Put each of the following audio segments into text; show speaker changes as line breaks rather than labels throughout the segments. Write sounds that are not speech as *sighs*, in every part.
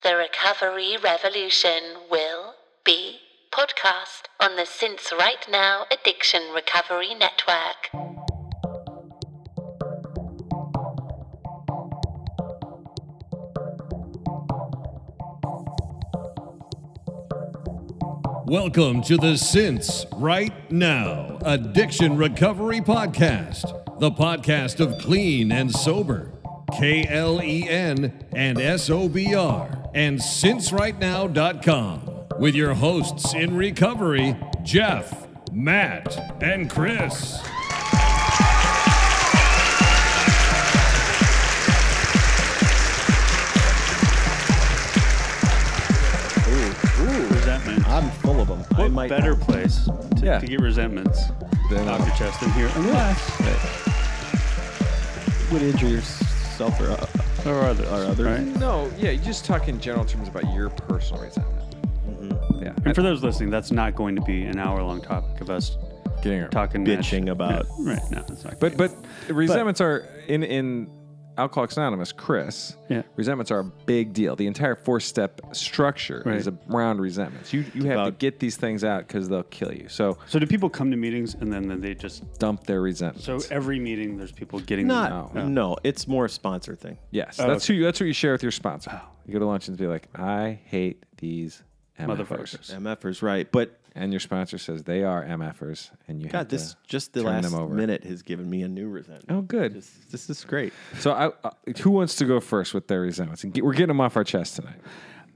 The Recovery Revolution will be podcast on the Since Right Now Addiction Recovery Network.
Welcome to the Since Right Now Addiction Recovery Podcast, the podcast of clean and sober, K L E N and S O B R, and sincerightnow.com with your hosts in recovery, Jeff, Matt, and Chris.
Ooh, ooh, resentment.
I'm full of them. I
What
might
better place to,
Yeah.
to get resentments
Then,
off your
uh,
chest than here? Unless
would injure yourself or uh,
there are others.
Are others.
Right?
No, yeah, you just talk in general terms about your personal resentment. Yeah.
And for those listening, that's not going to be an hour-long topic of us
getting her.
talking
bitching about.
Yeah, right now. It's not
but but resentments are in in Alcoholics Anonymous, Chris.
Yeah.
Resentments are a big deal. The entire four-step structure
Right.
is around resentments. You you have to
about-
get these things out because they'll kill you. So
so do people come to meetings and then, then they just
dump their resentments.
so every meeting there's people getting
Not
them.
no. It's more a sponsor thing.
yes, that's who you, that's what you share with your sponsor.
Oh.
You go to lunch and be like, I hate these
Motherfuckers.
motherfuckers.
MFers right, but
And your sponsor says they are mfers, and you have
God, this
to
just the
turn
last
them over.
minute has given me a new resentment.
Oh, good.
This, this is great.
So, I, uh, who wants to go first with their resentments? And get, we're getting them off our chest tonight.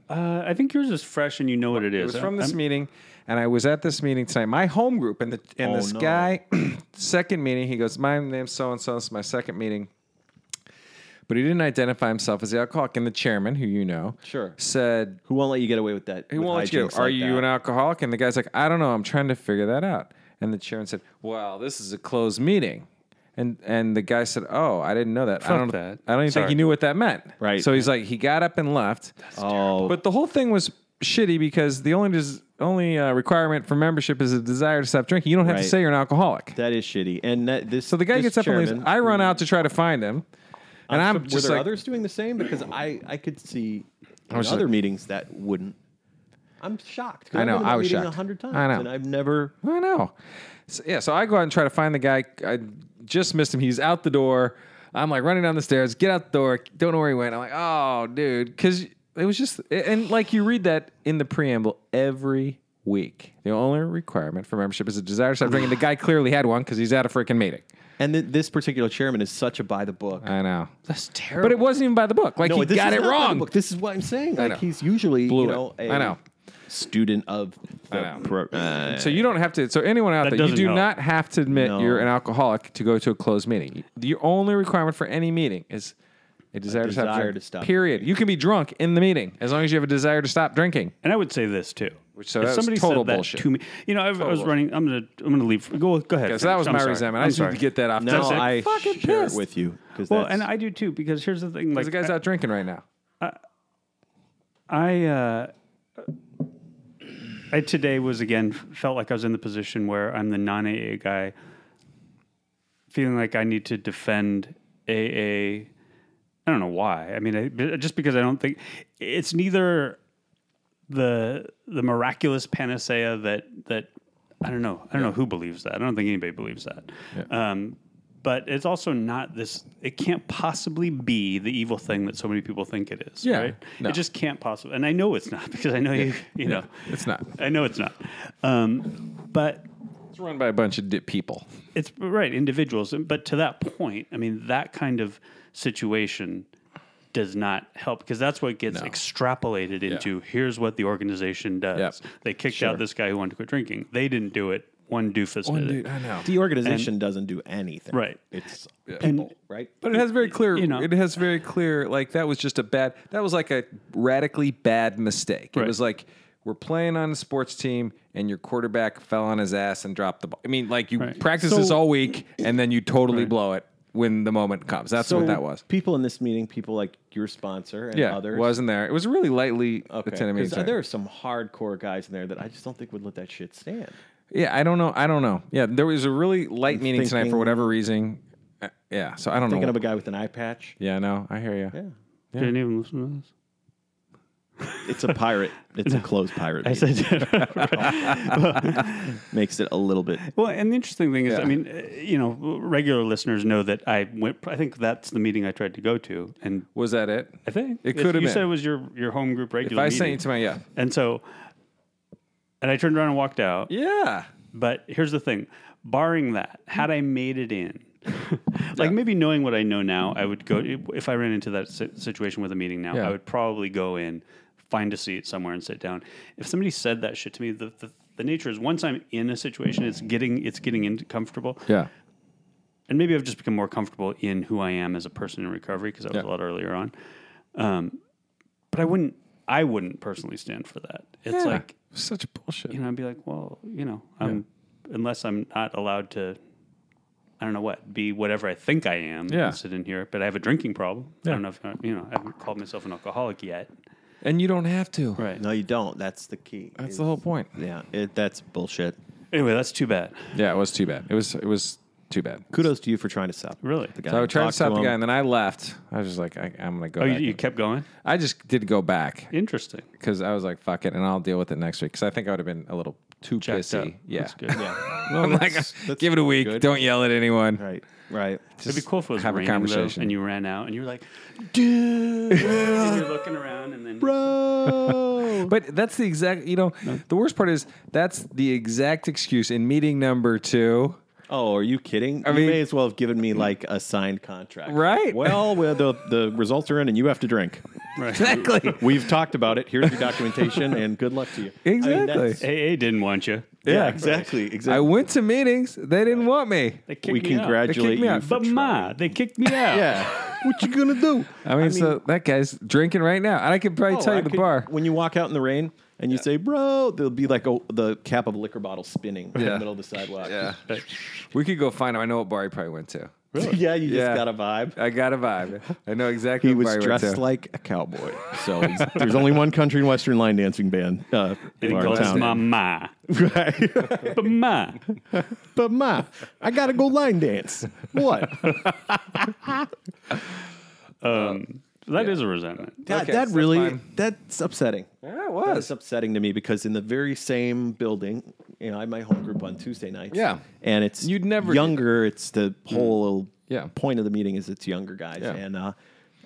Uh, I think yours is fresh and you know what it
It
is.
was from this
I'm-
meeting, and I was at this meeting tonight. My home group, and the and
Oh,
this
no.
guy, *clears throat* second meeting, he goes, "My name's so and so. This is my second meeting." But he didn't identify himself as the alcoholic, and the chairman, who you know,
Sure.
said
Who won't let you get away with that?
he won't let you. Are you an alcoholic? And the guy's like, I don't know. I'm trying to figure that out. And the chairman said, Well, this is a closed meeting. And and the guy said, Oh, I didn't know that. I
Fuck
don't.
that.
I don't even think
Sorry.
he knew what that meant.
Right.
So he's like, he got up and left.
Oh.
But the whole thing was shitty because the only des- only uh, requirement for membership is a desire to stop drinking. You don't have
Right.
to say you're an alcoholic.
That is shitty. And that, this.
so the guy
this
gets up and leaves.
chairman-
I run out to try to find him, and I'm,
Were
just
there
like,
others doing the same?
*clears throat*
Because I I could see in
was
other
like-
meetings that wouldn't. I'm shocked. 'cause
I
I've
know,
been in that
I was
meeting a
shocked.
hundred times.
I know.
And I've never.
I know. So, yeah, so I go out and try to find the guy. I just missed him. He's out the door. I'm like running down the stairs. Get out the door. Don't know where he went. I'm like, oh, dude, because it was just and like you read that in the preamble every week. The only requirement for membership is a desire to stop drinking. The guy clearly had one because he's at a freaking meeting.
And th- this particular chairman is such a by the book.
I know. Uh, That's
terrible.
But it wasn't even by the book. Like he
this
got
is
it
not by the
wrong.
book. This is what I'm saying.
know.
Like he's usually
Blew
you
it.
know a
I know.
student of the
I know.
pro- uh,
So you don't have to. So anyone out
That
there, you
doesn't
do
help.
not have to admit
No.
you're an alcoholic to go to a closed meeting. The only requirement for any meeting is a desire, to stop
desire
drinking.
to stop
Period. You can be drunk in the meeting as long as you have a desire to stop drinking.
And I would say this too. Which
so that was total bullshit.
to me, you know, I, I was running. I'm gonna I'm gonna leave. Go go ahead.
Okay, so that
finish.
was
I'm
my
sorry.
resentment.
I'm
I just
sorry.
need to get that off.
now
chest.
I
fucking
share
pissed.
it with you because
Well, and I do too because here's the thing. Like
The guy's
I-
out drinking right now.
I uh, I today was again felt like I was in the position where I'm the non AA guy, feeling like I need to defend AA. I don't know why. I mean, I, but just because I don't think it's neither the the miraculous panacea that that I don't know. I don't know who believes that. I don't think anybody believes that. Um, but it's also not this. It can't possibly be the evil thing that so many people think it is.
Yeah.
Right?
No.
It just can't possibly. And I know it's not *laughs* because I know you. You know,
It's not.
I know it's not. Um, but
It's run by a bunch of dip people.
it's right individuals but to that point i mean that kind of situation does not help because that's what gets extrapolated into here's what the organization does
Yep.
they kicked out this guy who wanted to quit drinking they didn't do it one doofus did it
I know.
the organization doesn't do anything.
Right.
It's
And-
people. right.
But it has very clear.
you know.
it has very clear. Like that was just a bad. That was like a radically bad mistake.
Right.
It was like we're playing on a sports team, and your quarterback fell on his ass and dropped the ball. I mean, like you
Right.
practice
So-
this all week, and then you totally blow it when the moment comes. That's what that was.
People in this meeting, people like your sponsor and
Yeah,
others.
wasn't there? It was a really lightly
Okay.
attended
'Cause,
meeting.
uh,
sorry.
there are some hardcore guys in there that I just don't think would let that shit stand.
yeah, I don't know. I don't know. Yeah, there was a really light meeting tonight for
thinking-
whatever reason. Uh, yeah, so I don't *laughs*
Thinking
know.
of a guy with an eye patch.
yeah, no, I hear you.
Yeah.
didn't even listen to this
It's a pirate.
*laughs*
It's a closed pirate.
I
meeting.
said,
*laughs* makes it a little
*laughs*
bit.
*laughs* well, and the interesting thing is,
Yeah.
I mean, uh, you know, regular listeners know that I went. I think that's the meeting I tried to go to, and
Was that it?
I think
It
Yes,
could have
You
been.
said it was your your home group
If
regular.
I
meeting.
sent you to my yeah,
and so, and I turned around and walked out.
yeah,
But here's the thing: barring that, had I made it
*laughs*
in, like maybe knowing what I know now, I would go if I ran into that si- situation with a meeting now.
Yeah.
I would probably go in, find a seat somewhere, and sit down. If somebody said that shit to me, the the, the nature is once I'm in a situation, it's getting it's getting into comfortable,
yeah,
and maybe I've just become more comfortable in who I am as a person in recovery because that was
Yeah.
a lot earlier on. Um, but I wouldn't. I wouldn't personally stand for that. It's
Yeah.
like
such bullshit.
you know, I'd be like, well, you know, I'm unless I'm not allowed to, I don't know what, be whatever I think I am.
Yeah.
and sit in here, but I have a drinking problem.
Yeah.
I don't know if I, you know, I haven't called myself an alcoholic yet.
and you don't have to.
Right.
No, you don't. That's the key.
That's the whole point.
Yeah, it, that's bullshit.
Anyway, that's too bad.
Yeah, it was too bad. It was it was too bad.
Kudos to you for trying to stop.
Really.
The guy
So I tried to
Talk
stop the
him.
guy, and then I left. I was just like, I, I'm gonna go.
Oh, you,
back
you
and-
kept going.
I just did go back
Interesting.
because I was like, fuck it, and I'll deal with it next week. Because I think I would have been a little too
Jacked up.
pissy. Yeah,
That's good.
*laughs*
Yeah.
No,
I'm like,
that's- that's
give it a week.
good.
Don't yell at anyone.
Right, right.
*laughs*
It'd be cool if it was
have a
raining, though,
conversation.
and you ran out and you were like, dude, and you're looking around and then
Bro.
But that's the exact. You know, the worst part is that's the exact excuse in meeting number two.
*laughs* oh, are you kidding? you
mean-
may as well have given
*laughs*
me like a signed contract.
Right.
Well, well the, the results are in and you have to drink.
*laughs* Exactly.
We've talked about it. Here's your documentation and good luck to you. I mean,
Exactly.
that's-
AA didn't want you.
yeah, exactly. Exactly.
I went to meetings. They didn't want me.
They kicked
we
me out.
congratulate
me
you.
out.
for
But ma, they kicked me out.
*laughs* Yeah. what you gonna *laughs* do?
I mean, so that guy's drinking right now, and I could probably
Oh,
tell you
I
the
could-
bar.
When you walk out in the rain and you say, "Bro," there'll be like a, the cap of a liquor bottle spinning in
Yeah.
the middle of the sidewalk. *laughs*
Yeah,
But-
we could go find him. I know what bar he probably went to.
yeah. You just
Yeah.
got a vibe.
I got a vibe. I know exactly.
He
what bar
was
he
dressed
went to.
like a cowboy. So he's- there's only one country and western line dancing band uh,
And
in
he
our
calls us
town.
my ma.
*laughs* Right.
*laughs* But ma.
but ma, I gotta go line dance. What? *laughs*
Um, that is a resentment.
God,
Okay,
that
so
really
fine.
that's upsetting.
Yeah, it
That
was.
is upsetting to me because in the very same building, you know, I have my home group on Tuesday nights.
Yeah.
and it's
You'd never do
younger. It's the whole
Yeah.
point of the meeting is it's younger guys,
Yeah.
and uh,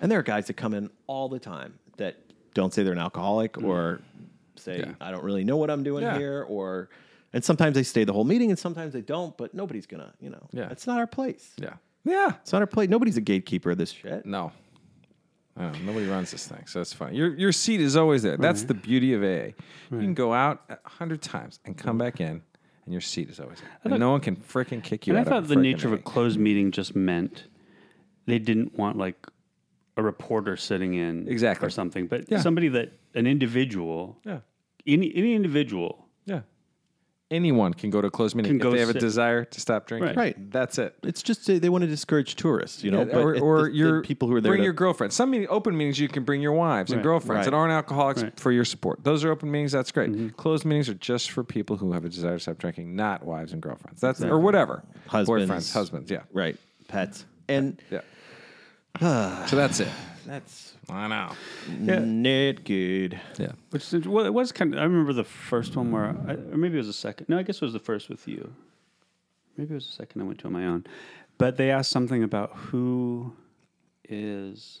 and there are guys that come in all the time that don't say they're an alcoholic or say
Mm. Yeah.
I don't really know what I'm doing
Yeah.
here, or and sometimes they stay the whole meeting and sometimes they don't. But nobody's gonna, you know,
Yeah.
it's not our place.
Yeah. Yeah.
It's not our place. Nobody's a gatekeeper of this shit.
No. I don't know, nobody runs this thing, so it's fine. Your your seat is always there. That's the beauty of AA. You can go out a hundred times and come back in, and your seat is always there. And no one can freaking kick you
And I
out.
thought
of
the
frickin'
nature of a
AA.
closed meeting just meant they didn't want like a reporter sitting in
Exactly.
or something, but
Yeah.
somebody that an individual,
yeah
any any individual,
yeah. Anyone can go to a closed meeting
Can
if
go
they have a
sit-
desire to stop drinking.
Right.
Right.
That's it.
It's just uh, they, they want to discourage tourists, you know,
Yeah,
but
or
it-
or
the- the
your
people who are there
Bring
to-
your girlfriend. Some meeting, open meetings you can bring your wives and
Right.
girlfriends that
Right. Mm-hmm.
aren't alcoholics
Right.
for your support. Those are open meetings. That's great. Closed meetings are just for people who have a desire to stop drinking, not wives and girlfriends. That's or whatever.
Husbands.
boyfriends, husbands. Yeah,
Right. Pets. And
yeah. so that's it.
that's
I know.
not good.
Yeah.
which is- well, it was kind of. I remember the first one where, I, or maybe it was the second. No, I guess it was the first with you. Maybe it was the second I went to on my own, but they asked something about who is.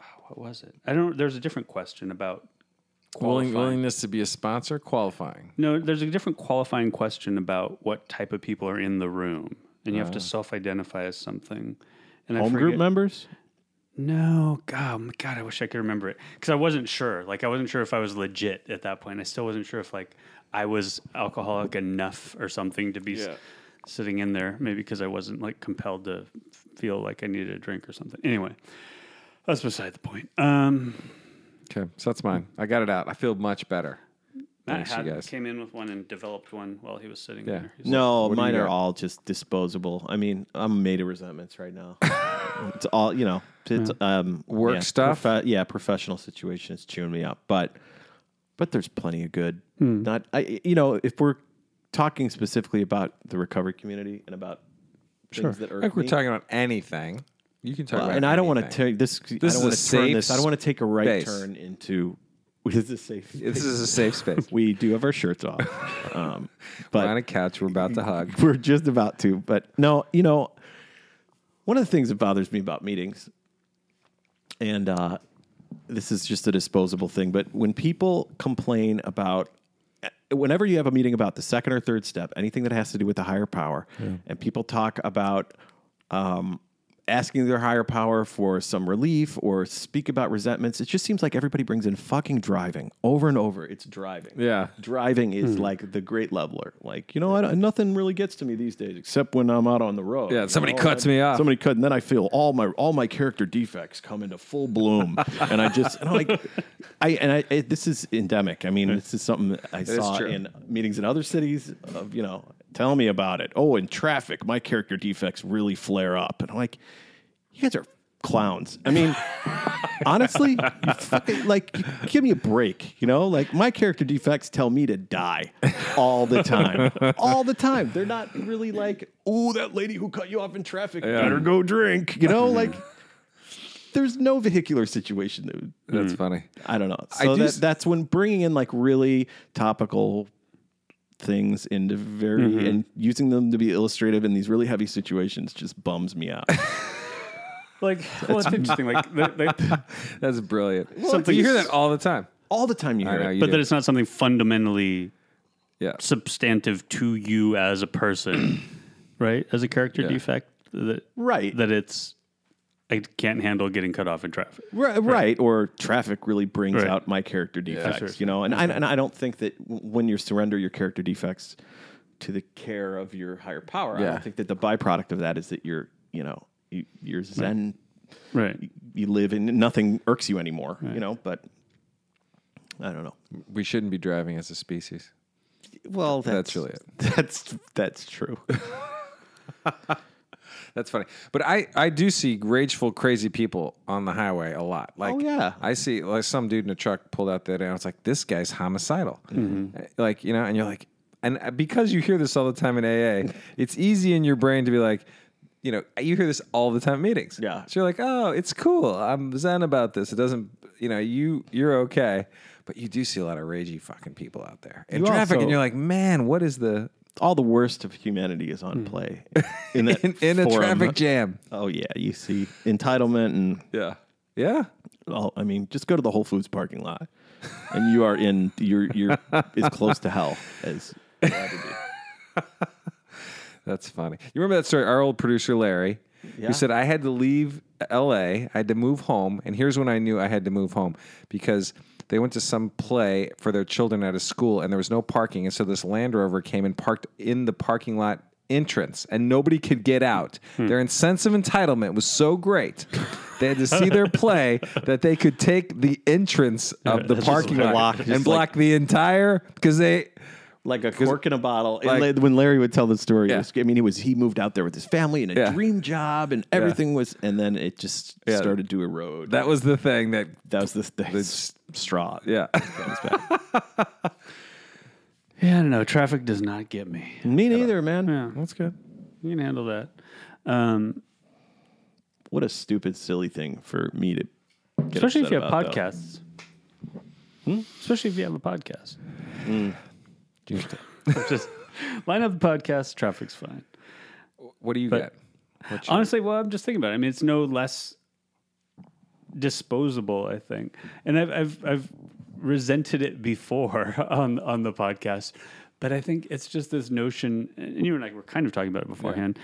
oh, What was it? I don't. There's a different question about
Willing,
qualifying.
willingness to be a sponsor, qualifying.
No, there's a different qualifying question about what type of people are in the room, and you have to self-identify as something. And I
Oh. Home
forget-
group members?
No, God, oh my God, I wish I could remember it because I wasn't sure. Like, I wasn't sure if I was legit at that point. I still wasn't sure if like I was alcoholic enough or something to be s- sitting in there. Maybe because I wasn't like compelled to f- feel like I needed a drink or something. Anyway, that's beside the point. Um,
Okay, so that's mine. I got it out. I feel much better.
Matt
Thanks, you
had,
guys.
came in with one and developed one while he was sitting
Yeah.
there. He's
No,
what do you
mine are
got?
all just disposable. I mean, I'm made of resentments right
*laughs*
now. it's all, you know, it's um
Work
yeah,
stuff?
profe- yeah, professional situation is chewing me up, but but there's plenty of good.
Hmm.
Not I you know, if we're talking specifically about the recovery community and about things that are
Like we're talking about anything. You can talk
Well,
about
and I don't want to
anything.
take this.
This
I
is
don't want
a
to turn
safe
this. I don't want to take a right
space.
turn into. *laughs* This is a safe.
This is a safe space.
We do have our shirts off, um, *laughs* but
We're on a couch. We're about to hug.
we're just about to. But no, you know, one of the things that bothers me about meetings, and uh, this is just a disposable thing, but when people complain about eh, whenever you have a meeting about the second or third step, anything that has to do with the higher power, and people talk about um, asking their higher power for some relief or speak about resentments, it just seems like everybody brings in fucking driving over and over. It's driving
Yeah. Hmm.
driving is like the great leveler. Like, you know, I, nothing really gets to me these days except when I'm out on the road.
Yeah,
You
somebody
know,
cuts
I-
me off.
Somebody cut, and then I feel all my all my character defects come into full bloom, and I just and I'm like, I and I it, this is endemic. I mean, this is something that I saw
true.
in meetings in other cities. Of you know, tell me about it. Oh, in traffic, my character defects really flare up, and I'm like, you guys are clowns. I mean, honestly, you fucking, like, give me a break. You know, like my character defects tell me to die all the time, all the time. They're not really like, oh, that lady who cut you off in traffic better go drink. You know, like. There's no vehicular situation that *laughs*
That's funny.
I don't know.
I
So
do
that,
s-
that's when bringing in like really topical things into very
Mm-hmm.
and using them to be illustrative in these really heavy situations just bums me
*laughs*
out.
Like, well, it's interesting. Like, that,
*laughs*
that-
That's brilliant.
Something-
you hear that all the time.
All the time you
I
hear
know
it.
you
but
do.
that it's not something fundamentally
Yeah.
substantive to you as a person, *clears throat* right? As a character defect, that
Right.
that it's I can't handle getting cut off in traffic.
Right, right. Or traffic really brings
Right.
out my character defects,
Sure.
you know. And I,
Mm-hmm.
and I don't think that w- when you surrender your character defects to the care of your higher power, I
Yeah.
don't think that the byproduct of that is that you're, you know, you, you're zen
Right.
you live and nothing irks you anymore, you know, but I don't know.
We shouldn't be driving as a species.
Well,
That's really it.
*laughs* That's that's
*laughs*
true.
That's funny. But I, I do see rageful, crazy people on the highway a lot. Like,
Oh, yeah.
I see like some dude in a truck pulled out the other day, and I was like, this guy's homicidal.
Mm-hmm.
Eh, Like, you know, and you're like, and uh, because you hear this all the time in
*laughs*
AA, it's easy in your brain to be like, you know, you hear this all the time at meetings.
Yeah.
So you're like, oh, it's cool. I'm zen about this. It doesn't, you know, you you're okay. But you do see a lot of ragey fucking people out there in
You
traffic,
also-
and you're like, man, what is the
All the worst of humanity is on
*laughs*
play in that
Hmm. in, in a
forum.
traffic jam?
Oh yeah, you see entitlement and
Yeah. Yeah.
all. I mean, just go to the Whole Foods parking
*laughs*
lot, and you are in. You're you're as close to hell as. you'll ever
*laughs*
be.
That's funny. You remember that story? Our old producer Larry,
Yeah.
who said I had to leave L.A. I had to move home, and here's when I knew I had to move home because they went to some play for their children at a school, and there was no parking, and so this Land Rover came and parked in the parking lot entrance, and nobody could get out.
Hmm.
Their sense of entitlement was so great. They had to see their
*laughs*
play that they could take the entrance of the
Just
parking lot
block- just
and block the entire because they
Like a cork in a bottle. And
Like-
la- when Larry would tell the story, it
Yeah.
was- I mean, he was he moved out there with his family and a
Yeah.
dream job, and everything was, and then it just started to erode.
that was the thing that
That was the, the, s- straw.
yeah. *laughs*
That was bad.
Yeah, I don't know. Traffic does not get me.
Me neither, man.
That's good.
You can handle that. Um,
What a stupid, silly thing for me to. Get
especially if
upset
you have
about, though.
podcasts. Especially if you have a podcast. *laughs* Just line up the podcast. Traffic's fine.
What do you
But-
get?
Honestly, well, I'm just thinking about it. I mean, it's no less disposable, I think. And I've I've I've resented it before *laughs* on on the podcast, but I think it's just this notion and you and I were kind of talking about it beforehand,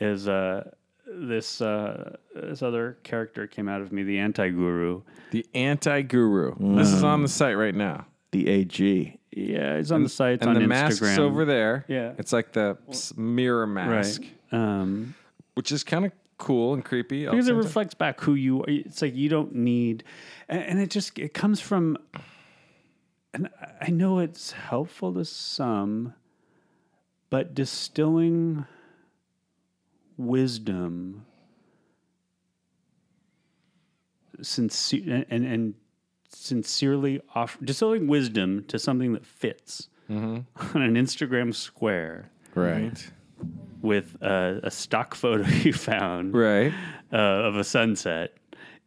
is uh this uh this other character came out of me, the anti guru.
The anti guru. This is
Mm.
on the site right now.
The AG.
Yeah, he's on the site
And
on
the
Instagram.
mask's over there.
Yeah.
It's like the s- mirror mask,
Right. Um
which is kind of cool and creepy. all
because
at
it
the same time.
reflects back who you are. It's like you don't need, and, and it just it comes from. And I- I know it's helpful to some, but distilling wisdom, sincere and and sincerely offer distilling wisdom *laughs* to something that fits on an Instagram square
Right.
with a, a stock photo *laughs* you found
Right.
uh, of a sunset.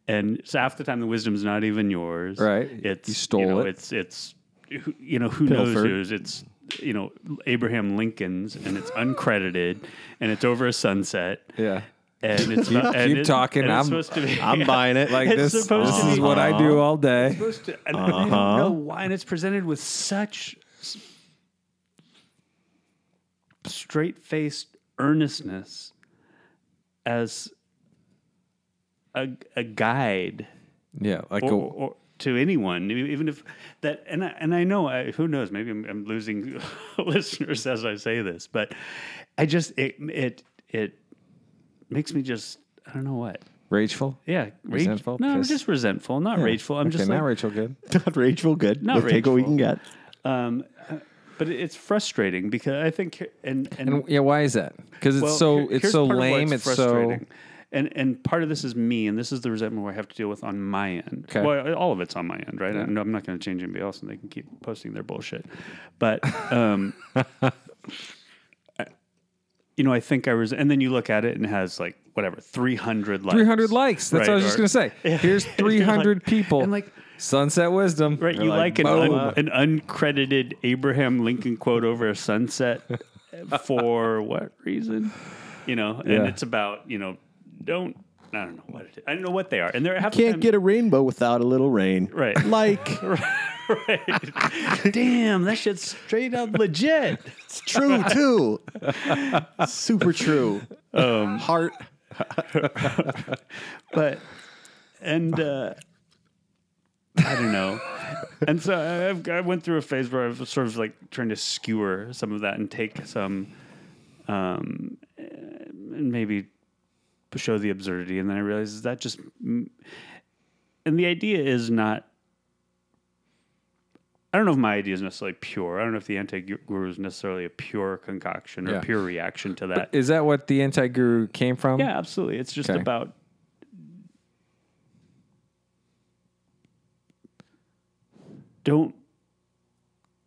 And so half the time the wisdom's not even yours.
Right.
It's
You stole
know,
it.
It's it's who- you know who knows
Pilfered.
whose. It's you know Abraham Lincoln's, and it's uncredited, and it's over a sunset.
Yeah.
And it's not, and
keep
it-
talking.
and it's
I'm-
supposed to be, *laughs*
I'm buying it.
Like
It's
this. This
supposed to
is
be-
what I do all day.
supposed to- and I
Uh-huh.
don't know why, and it's presented with such straight faced earnestness as a, a guide
Yeah. Like
or,
a,
or to anyone, e- even if that. And I, and I know I, who knows. Maybe I'm, I'm losing *laughs* listeners as I say this, but I just it it it makes me just I don't know what.
rageful.
Yeah, rage-
Resentful?
No, I'm
Pissed?
just resentful, not rageful. I'm
okay,
just
not
like,
Rachel. Good.
*laughs* Not Rachel. Good.
Not
we'll take what we can
Rachel.
get.
Um, but it- it's frustrating because I think and and,
And yeah, why is that? Because it's
well,
so
here-
it's
here's
so
part of why
lame. It's, so
frustrating. and and part of this is me, and this is the resentment where I have to deal with on my end.
Okay.
Well, all of it's on my end, right? I, no, I'm not going to change anybody else, and they can keep posting their bullshit. But um, *laughs* I- you know, I think I was, and then you look at it and it has like whatever 300 likes.
300 likes. That's what I was
Right, or-
just gonna
*laughs*
say. Here's
You're like-
300 people.
and like
Sunset Wisdom.
Right,
They're
you like, an,
boom.
un, an uncredited Abraham Lincoln quote over a sunset *laughs* for what reason? You know, and
Yeah.
it's about you know, don't I don't know what it is. I don't know what they are, and they're half the
Can't
time-
get a rainbow without a little rain.
Right.
*laughs* Like
right. *laughs* Damn, that shit's straight up *laughs* legit.
it's true too. Super true. Heart.
but and uh, I don't know. And so I- I've, I went through a phase where I was sort of like trying to skewer some of that and take some, um, eh, and maybe show the absurdity. And then I realized is that just, and the idea is not. I don't know if my idea is necessarily pure. I don't know if the anti-guru is necessarily a pure concoction or
Yeah.
pure reaction to that.
Is that what the anti guru came from?
Yeah, absolutely. It's just
Okay.
about don't.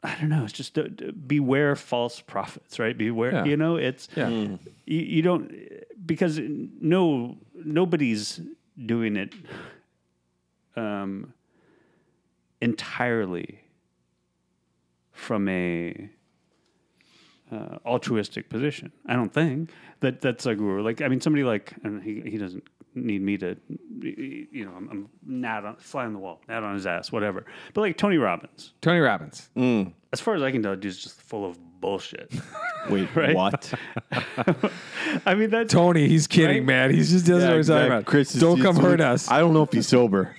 I don't know. It's just uh, d- beware false prophets, right? Beware.
Yeah.
You know, it's
Yeah.
you, you don't because no nobody's doing it um, entirely from a uh, altruistic position. I don't think that that's a guru. Like I mean, somebody like and he he doesn't need me to, you know, I'm, I'm not on, fly on the wall, not on his ass, whatever. But like Tony Robbins,
Tony Robbins.
Mm. as far as I can tell, dude's just full of bullshit. *laughs*
Wait,
Right.
what?
I mean, that's
Tony, he's kidding,
Right?
man. He's just doesn't know what he's talking about.
Chris is
Don't
just-
come hurt us.
I don't know if he's
*laughs*
sober.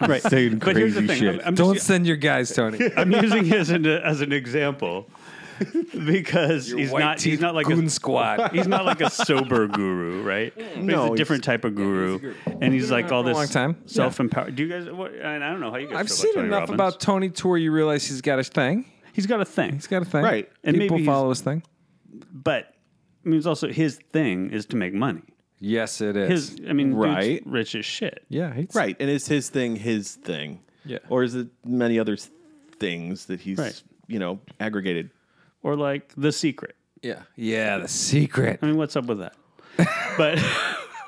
right. Saying
but here's the
crazy
thing.
shit.
I'm, I'm
don't
just,
send
*laughs*
your guys, Tony.
I'm using his an, as an example because he's
White
not he's
teeth
not like
goon
a,
squad.
*laughs* he's not like a sober guru, right? But
No,
he's a
he's-
different type of guru, and he's like all
for a
this
long time. Yeah.
self-empowered. Do you guys? What, and I don't know how you guys.
I've
feel
seen
about Tony
enough
Robbins.
about Tony to where you realize he's got a thing.
He's got a thing,
He's got a thing.
Right.
And
And People
maybe he's-
follow his thing.
but I mean, it's also his thing is to make money.
Yes, it is.
His, I mean, dude's
Right.
rich as shit.
yeah, he's,
Right. And is his thing his thing?
Yeah.
Or is it many other s- things that he's,
Right.
you know, aggregated?
Or like The Secret.
Yeah. Yeah, the secret.
*laughs* I mean, what's up with
*laughs*
that? But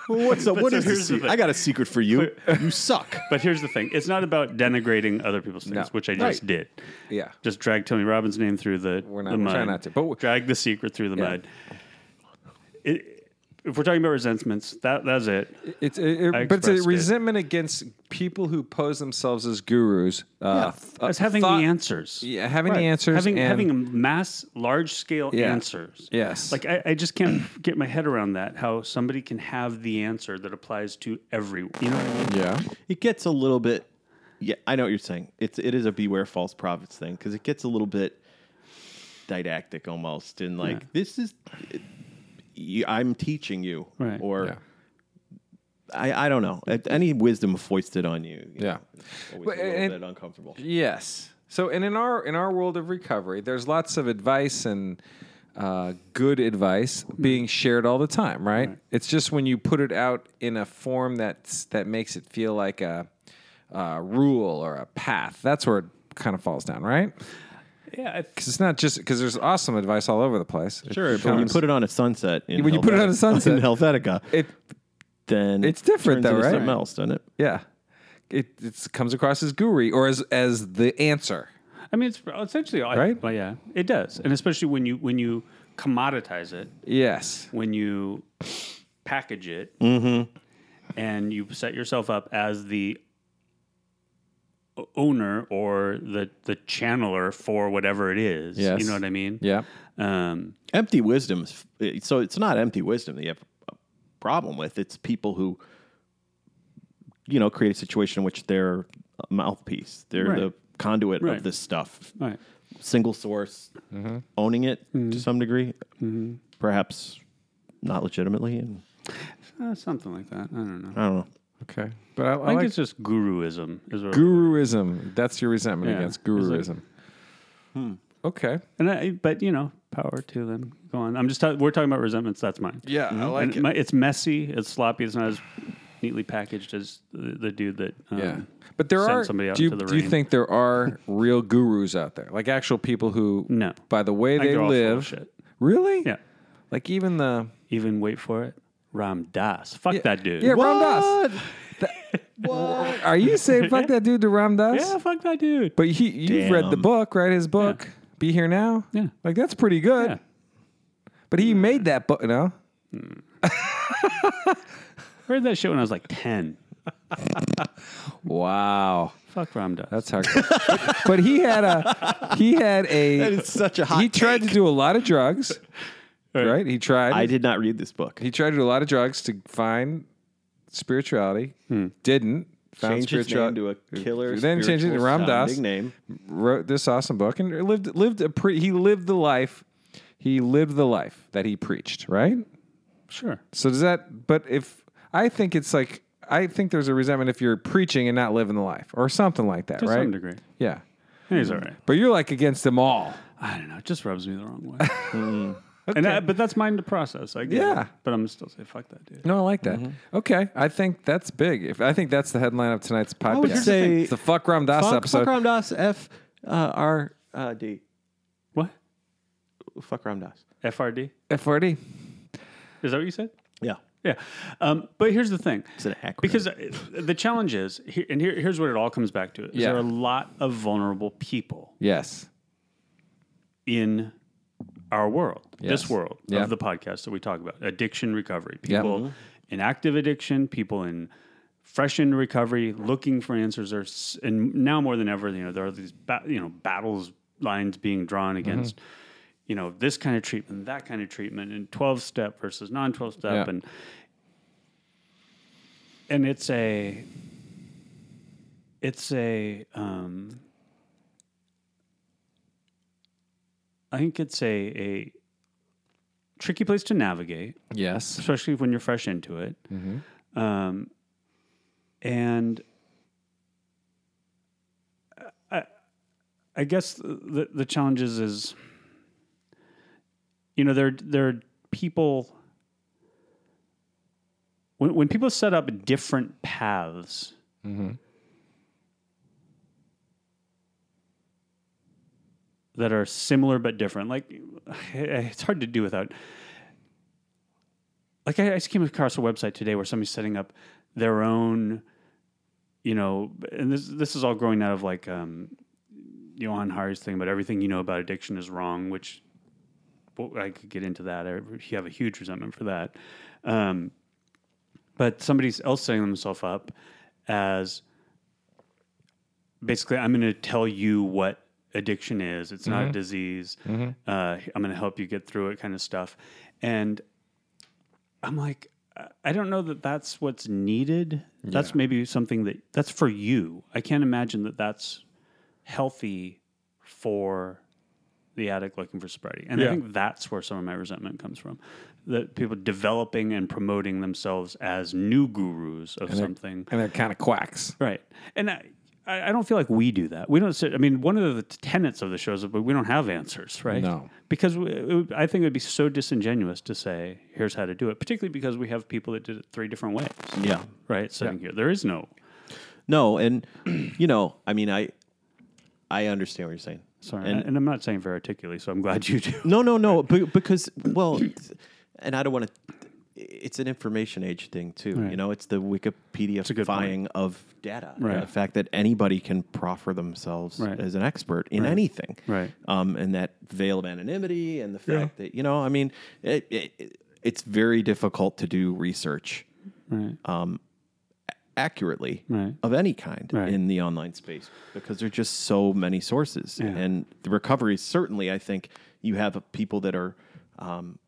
Well, what's up?
But
What
so
is
here's
this?
the
se-
thing.
I got a secret for you. you suck.
but here's the thing: it's not about denigrating other people's things,
No.
which I just
Right.
did.
Yeah.
Just drag Tony Robbins' name through the,
We're not-
the
we're
mud.
trying not to, but we-
drag the secret through the
Yeah.
mud. It, if we're talking about resentments, that that's it.
It's it, it-
I
but it's a
expressed it.
resentment against people who pose themselves as gurus. Uh, th-
As having
thought-
the answers.
Yeah, having
Right.
the answers.
Having
and,
having a mass, large scale
Yeah.
answers.
Yes.
Like I, I just can't *clears throat* get my head around that. How somebody can have the answer that applies to everyone. You know what I mean?
yeah.
It gets a little bit. Yeah, I know what you're saying. It's it is a beware false prophets thing because it gets a little bit didactic almost, and like this is, you, I'm teaching you,
Right.
or
Yeah.
I I don't know. At- Any wisdom foisted on you, you
Yeah.
know, it's always
But-
a little
and-
bit uncomfortable.
Yes. So, and in our in our world of recovery, there's lots of advice and uh, good advice being shared all the time, Mm-hmm. right? It's just when you put it out in a form that's that makes it feel like a, a rule or a path. That's where it kind of falls down, right?
yeah, I,
Because it's not just because there's awesome advice all over the place. It
Sure, but when you
becomes-
put it on a sunset, in
When you put it on a
Helvetica- *laughs*
sunset.
in Helvetica,
it,
then
It's
turns
different though,
into
right?
Something else, doesn't it?
yeah, it it's, comes across as gooey or as as the answer.
I mean, it's essentially all
Right?
But yeah, it does, and especially when you when you commoditize it,
Yes,
when you package it,
Mm-hmm.
and you set yourself up as the o- owner or the the channeler for whatever it is.
Yes.
You know what I mean?
yeah,
Um,
Empty wisdom. So it's not empty wisdom that you have a problem with. It's people who, you know, create a situation in which they're a mouthpiece. They're
Right.
the conduit
Right.
of this stuff.
all right. Mm-hmm.
Single source, owning it to some degree, perhaps not legitimately, and
Uh, something like that. I don't know.
I don't know.
okay. But I, I
I think
like
it's just guruism. Is what
guruism. That's your resentment
Yeah. Hmm.
against
It's like-
guruism. Okay.
And I, but you know, power to them. Go on. I'm just ta- we're talking about resentments. That's mine.
Yeah, I like
And
it.
my- it's messy. It's sloppy. It's not as neatly packaged as the, the dude that. Um,
Yeah. But there
sent
are.
somebody out
do you,
into the
do you
rain.
think
*laughs*
there are real gurus out there, like actual people who,
No.
by the way
I think
they
they're all full of
live,
shit.
really,
Yeah.
like even the
Even wait for it. Ram Das. Fuck that dude.
yeah,
What?
Ram Dass.
*laughs*
What *laughs* are you saying? Fuck that dude to Ram Dass.
Yeah. Fuck that dude.
But he, you've read the
Damn.
book, right? His book, "Be Here Now."
Yeah.
like that's pretty good.
Yeah.
But he made that book. No,
I heard that shit when I was like ten.
wow,
Fuck Ram Das.
that's hard. but he had a, he had a.
It's such a hot.
he tried to do a lot of drugs, right. He tried.
I did not read this book.
He tried to do a lot of drugs to find spirituality.
Hmm.
Didn't found
Changed his name
spirituality.
to a killer.
Then changed it to Ram
spiritual
Dass.
sounding name.
wrote this awesome book and lived lived a pre- he lived the life he lived the life that he preached right
Sure.
so does that but if i think it's like i think there's a resentment if you're preaching and not living the life or something like that
To
right
some degree.
yeah
He's all right.
but you're like against them all
I don't know. It just rubs me the wrong *laughs* way. Mm-hmm. And I, but that's mine to process. I get it.
Yeah.
But I'm still saying fuck that dude.
no i like that
Mm-hmm.
okay i think that's big if i think that's the headline of tonight's podcast
would say-
it's the fuck ram dass
Fuck,
episode
fuck Ram Dass. F uh, R uh, D.
What?
Fuck Ram Dass.
FRD.
frd
Is that what you said?
Yeah.
Yeah. Um, but here's the thing.
It's an acronym.
Because uh, the challenge is, here, and here, here's what it all comes back to. Is
Yeah.
There are a lot of vulnerable people
yes
in our world,
Yes.
this world
Yeah.
of the podcast that we talk about, addiction recovery,
Yeah. Mm-hmm.
people in active addiction, people in fresh in recovery, looking for answers. There's and now more than ever, you know, there are these ba- you know battles lines being drawn
Mm-hmm.
against. You know this kind of treatment, that kind of treatment, and twelve step versus non twelve step,
Yeah.
and and it's a it's a um i think it's a a tricky place to navigate
yes
especially when you're fresh into it um and i i guess the the challenges is you know there there are people when when people set up different paths that are similar but different. Like *laughs* it's hard to do without. Like I, I just came across a website today where somebody's setting up their own, you know, and this this is all growing out of like um, Johan Hari's thing about everything you know about addiction is wrong, which well, I could get into that. I have a huge resentment for that. Um, but somebody else setting themselves up as basically i'm going to tell you what addiction is it's not a disease uh, i'm going to help you get through it kind of stuff and i'm like I- i don't know that that's what's needed that's maybe something that that's for you i can't imagine that that's healthy for the addict looking for sobriety and i
Yeah.
think that's where some of my resentment comes from that people developing and promoting themselves as new gurus of something
and they're kind of quacks
Right. And I, I I don't feel like we do that. We don't sit, I mean, one of the tenets of the show is that we don't have answers, right?
No.
Because we, it would, I think it would be so disingenuous to say, here's how to do it, particularly because we have people that did it three different ways,
Yeah.
right? Sitting here. There is no.
*clears throat* No, and you know, I mean, I I understand what you're saying.
Sorry, and, and I'm not saying very articulately, so I'm glad you do. *laughs*
No, no, no. be- Because well, and I don't want to. It's an information age thing too. You
Right.
know, it's the
good
Wikipediafying of data.
Right.
The fact that anybody can proffer themselves
Right.
as an expert in anything.
Right.
Um, and that veil of anonymity and the fact that you know, I mean, it, it, it's very difficult to do research
Right.
accurately
Right.
of any kind
Right.
in the online space because there are just so many sources
Yeah.
and the recovery certainly i think you have people that are um,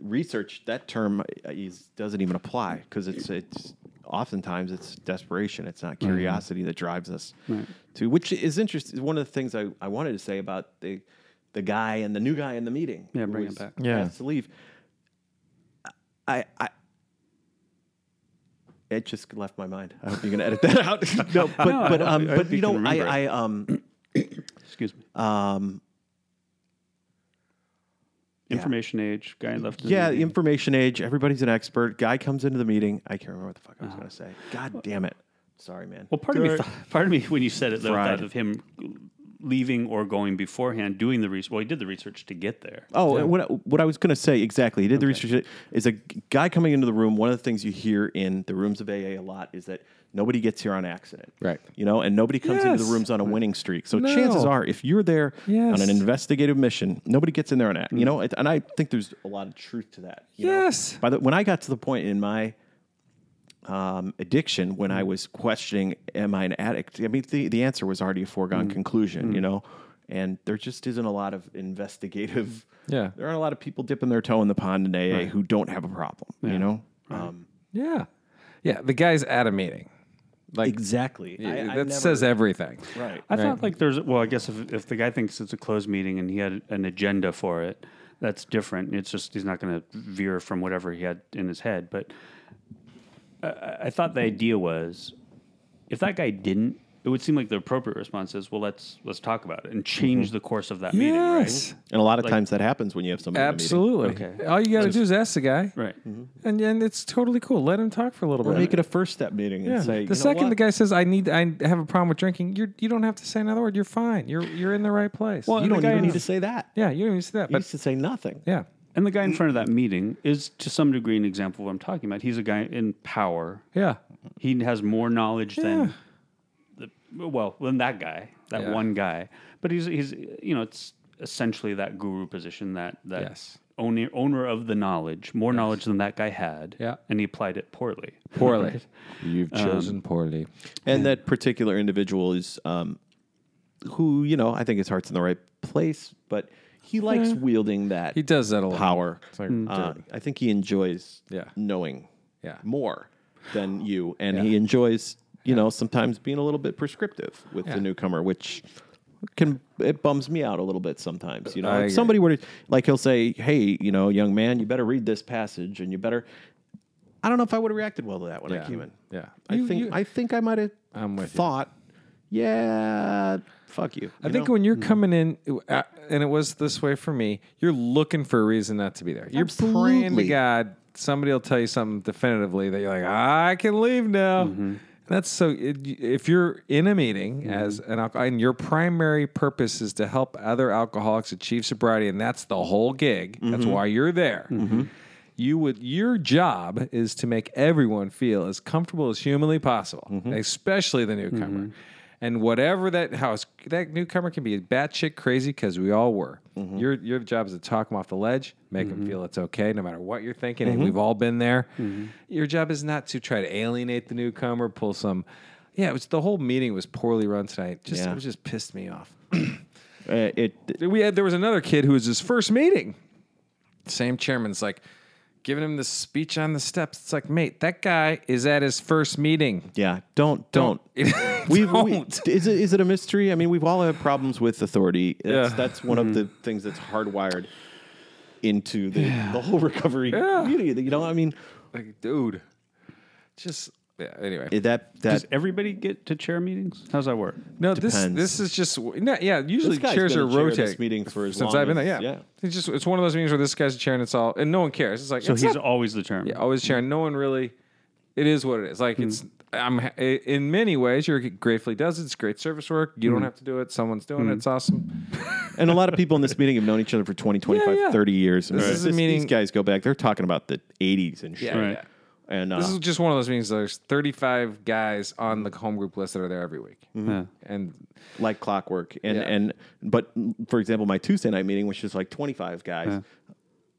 research that term is doesn't even apply because it's it's oftentimes it's desperation it's not curiosity that drives us to which is interesting one of the things I, I wanted to say about the the guy and the new guy in the meeting
Yeah,
who
bring it
was
back.
Yeah.
asked to leave I, I it just left my mind. I hope you can edit that out. no, but
*laughs* No, I
but
hope-
um,
I hope
but
you
you know,
can remember
I, I um
Excuse me.
um
Information age guy left. in the
yeah, the
meeting.
information age. Everybody's an expert. Guy comes into the meeting. I can't remember what the fuck I was going to say. God damn it! Sorry, man.
Uh-huh. Well, part of me, thought- part of me, when you said it, though,
Fried.
thought of him leaving or going beforehand, doing the research. Well, he did the research to get there.
Oh, and what, I- what I was going to say exactly, he did the research, is a g- guy coming into the room. One of the things you hear in the rooms of AA a lot is that nobody gets here on accident.
Right.
You know, and nobody comes into
Yes.
the rooms on a winning streak. So
No.
chances are, if you're there on
Yes.
an
Mm.
investigative mission, nobody gets in there on accident. You know, it- and I think there's a lot of truth to that. you know?
Yes.
By the when I got to the point in my um, addiction, when I
Mm.
was questioning, am I an addict? I mean, the, the answer was already a
Mm.
foregone conclusion, you know? And there just isn't a lot of investigative.
*laughs* Yeah.
There aren't a lot of people dipping their toe in the pond in AA who don't have a problem, you know? Um,
Yeah. Yeah. The guy's at a meeting. Like
exactly.
yeah,
I- I
that
never-
says everything.
Right.
I thought like there's well, I guess if, if the guy thinks it's a closed meeting and he had an agenda for it, that's different. It's just he's not going to veer from whatever he had in his head. But I, I thought the idea was, if that guy didn't, it would seem like the appropriate response is, well, let's let's talk about it and change the course of that meeting, right?
Yes.
And a lot of times that happens when you have somebody. in a meeting.
Absolutely.
Okay.
All you got to do is ask the guy.
Right.
And, and it's totally cool. Let him talk for a little
Or
bit.
make it a first step meeting and
yeah.
say, you know
the second
what?
the guy says, "I need, I have a problem with drinking," you're, you don't have to say another word. You're fine. You're, you're in the right place.
you
and the
don't
guy
even
in
need
the-
to say that.
yeah, you don't even say that.
You
But
used to say nothing.
yeah,
And the guy in front of that meeting is to some degree an example of what I'm talking about. He's a guy in power.
yeah,
He has more knowledge than
Yeah.
the well, than that guy, that
Yeah.
one guy. But he's he's you know, it's essentially that guru position that that
Yes.
owner owner of the knowledge, more knowledge than that guy had.
Yeah.
And he applied it poorly.
poorly. *laughs* Um, You've chosen poorly.
and that particular individual is um, who you know I think his heart's in the right place, but he likes wielding that
He does that a lot.
power.
It's like,
Uh, I think he enjoys
Yeah.
knowing
Yeah.
more than you, and he enjoys you know sometimes being a little bit prescriptive with the newcomer, which can it bums me out a little bit sometimes. You know,
I
if
agree.
somebody were to like he'll say, "Hey, you know, young man, you better read this passage, and you better." I don't know if I would have reacted well to that when I
Yeah.
came in.
Yeah,
I
You-
think
you-
I think I might have
I'm with you.
thought, yeah, fuck you. hmm.
I think when you're coming in, uh, and it was this way for me, you're looking for a reason not to be there. You're praying to
Absolutely.
God somebody will tell you something definitively that you're like, I can leave now. That's so. It, if you're in a meeting as an alcoholic, and your primary purpose is to help other alcoholics achieve sobriety, and that's the whole gig. That's why you're there. You would your job is to make everyone feel as comfortable as humanly possible, especially the newcomer. And whatever that house that newcomer can be batshit crazy because we all were. Your your job is to talk them off the ledge, make them feel it's okay, no matter what you're thinking. And we've all been there. Your job is not to try to alienate the newcomer, pull some. Yeah, it was the whole meeting was poorly run tonight. Just
Yeah.
it was just pissed me off.
Uh, it
we had there was another kid who was his first meeting. Same chairman's like giving him this speech on the steps. It's like, mate, that guy is at his first meeting.
yeah, don't don't.
we
We've-
*laughs* don't.
We, is it is it a mystery? I mean, we've all had problems with authority. That's,
*laughs* Yeah. Mm-hmm.
that's one of the things that's hardwired into the, the whole recovery community. You know, I mean,
like, dude, just yeah. Anyway,
it- eh, that that
*laughs* Does everybody get to chair meetings? How's that work?
no,
depends.
this this is just no, yeah. Usually
This guy's
chairs
been
are
a chair of this
rotating.
meeting for as
since
long
I've been
as-
there, yeah.
yeah.
It's just it's one of those meetings where this guy's a chair and it's all and no one cares. It's like
So
it's
he's
not-
always the chairman.
yeah, always chair. No one really. It is what it is. Like it's I'm ha- in many ways you're gratefully does it. It's great service work. You
Mm-hmm.
don't have to do it. Someone's doing it. It's awesome.
And a lot of people in this meeting have known each other for 20, 25,
yeah.
30 years. I mean,
This is a
These
meeting-
guys go back. They're talking about the 80s and shit.
Yeah, yeah.
And uh,
This is just one of those meetings. There's 35 guys on the home group list that are there every week,
Mm-hmm.
Yeah.
and
like clockwork. And,
Yeah.
and but for example, my Tuesday night meeting, which is like 25 guys,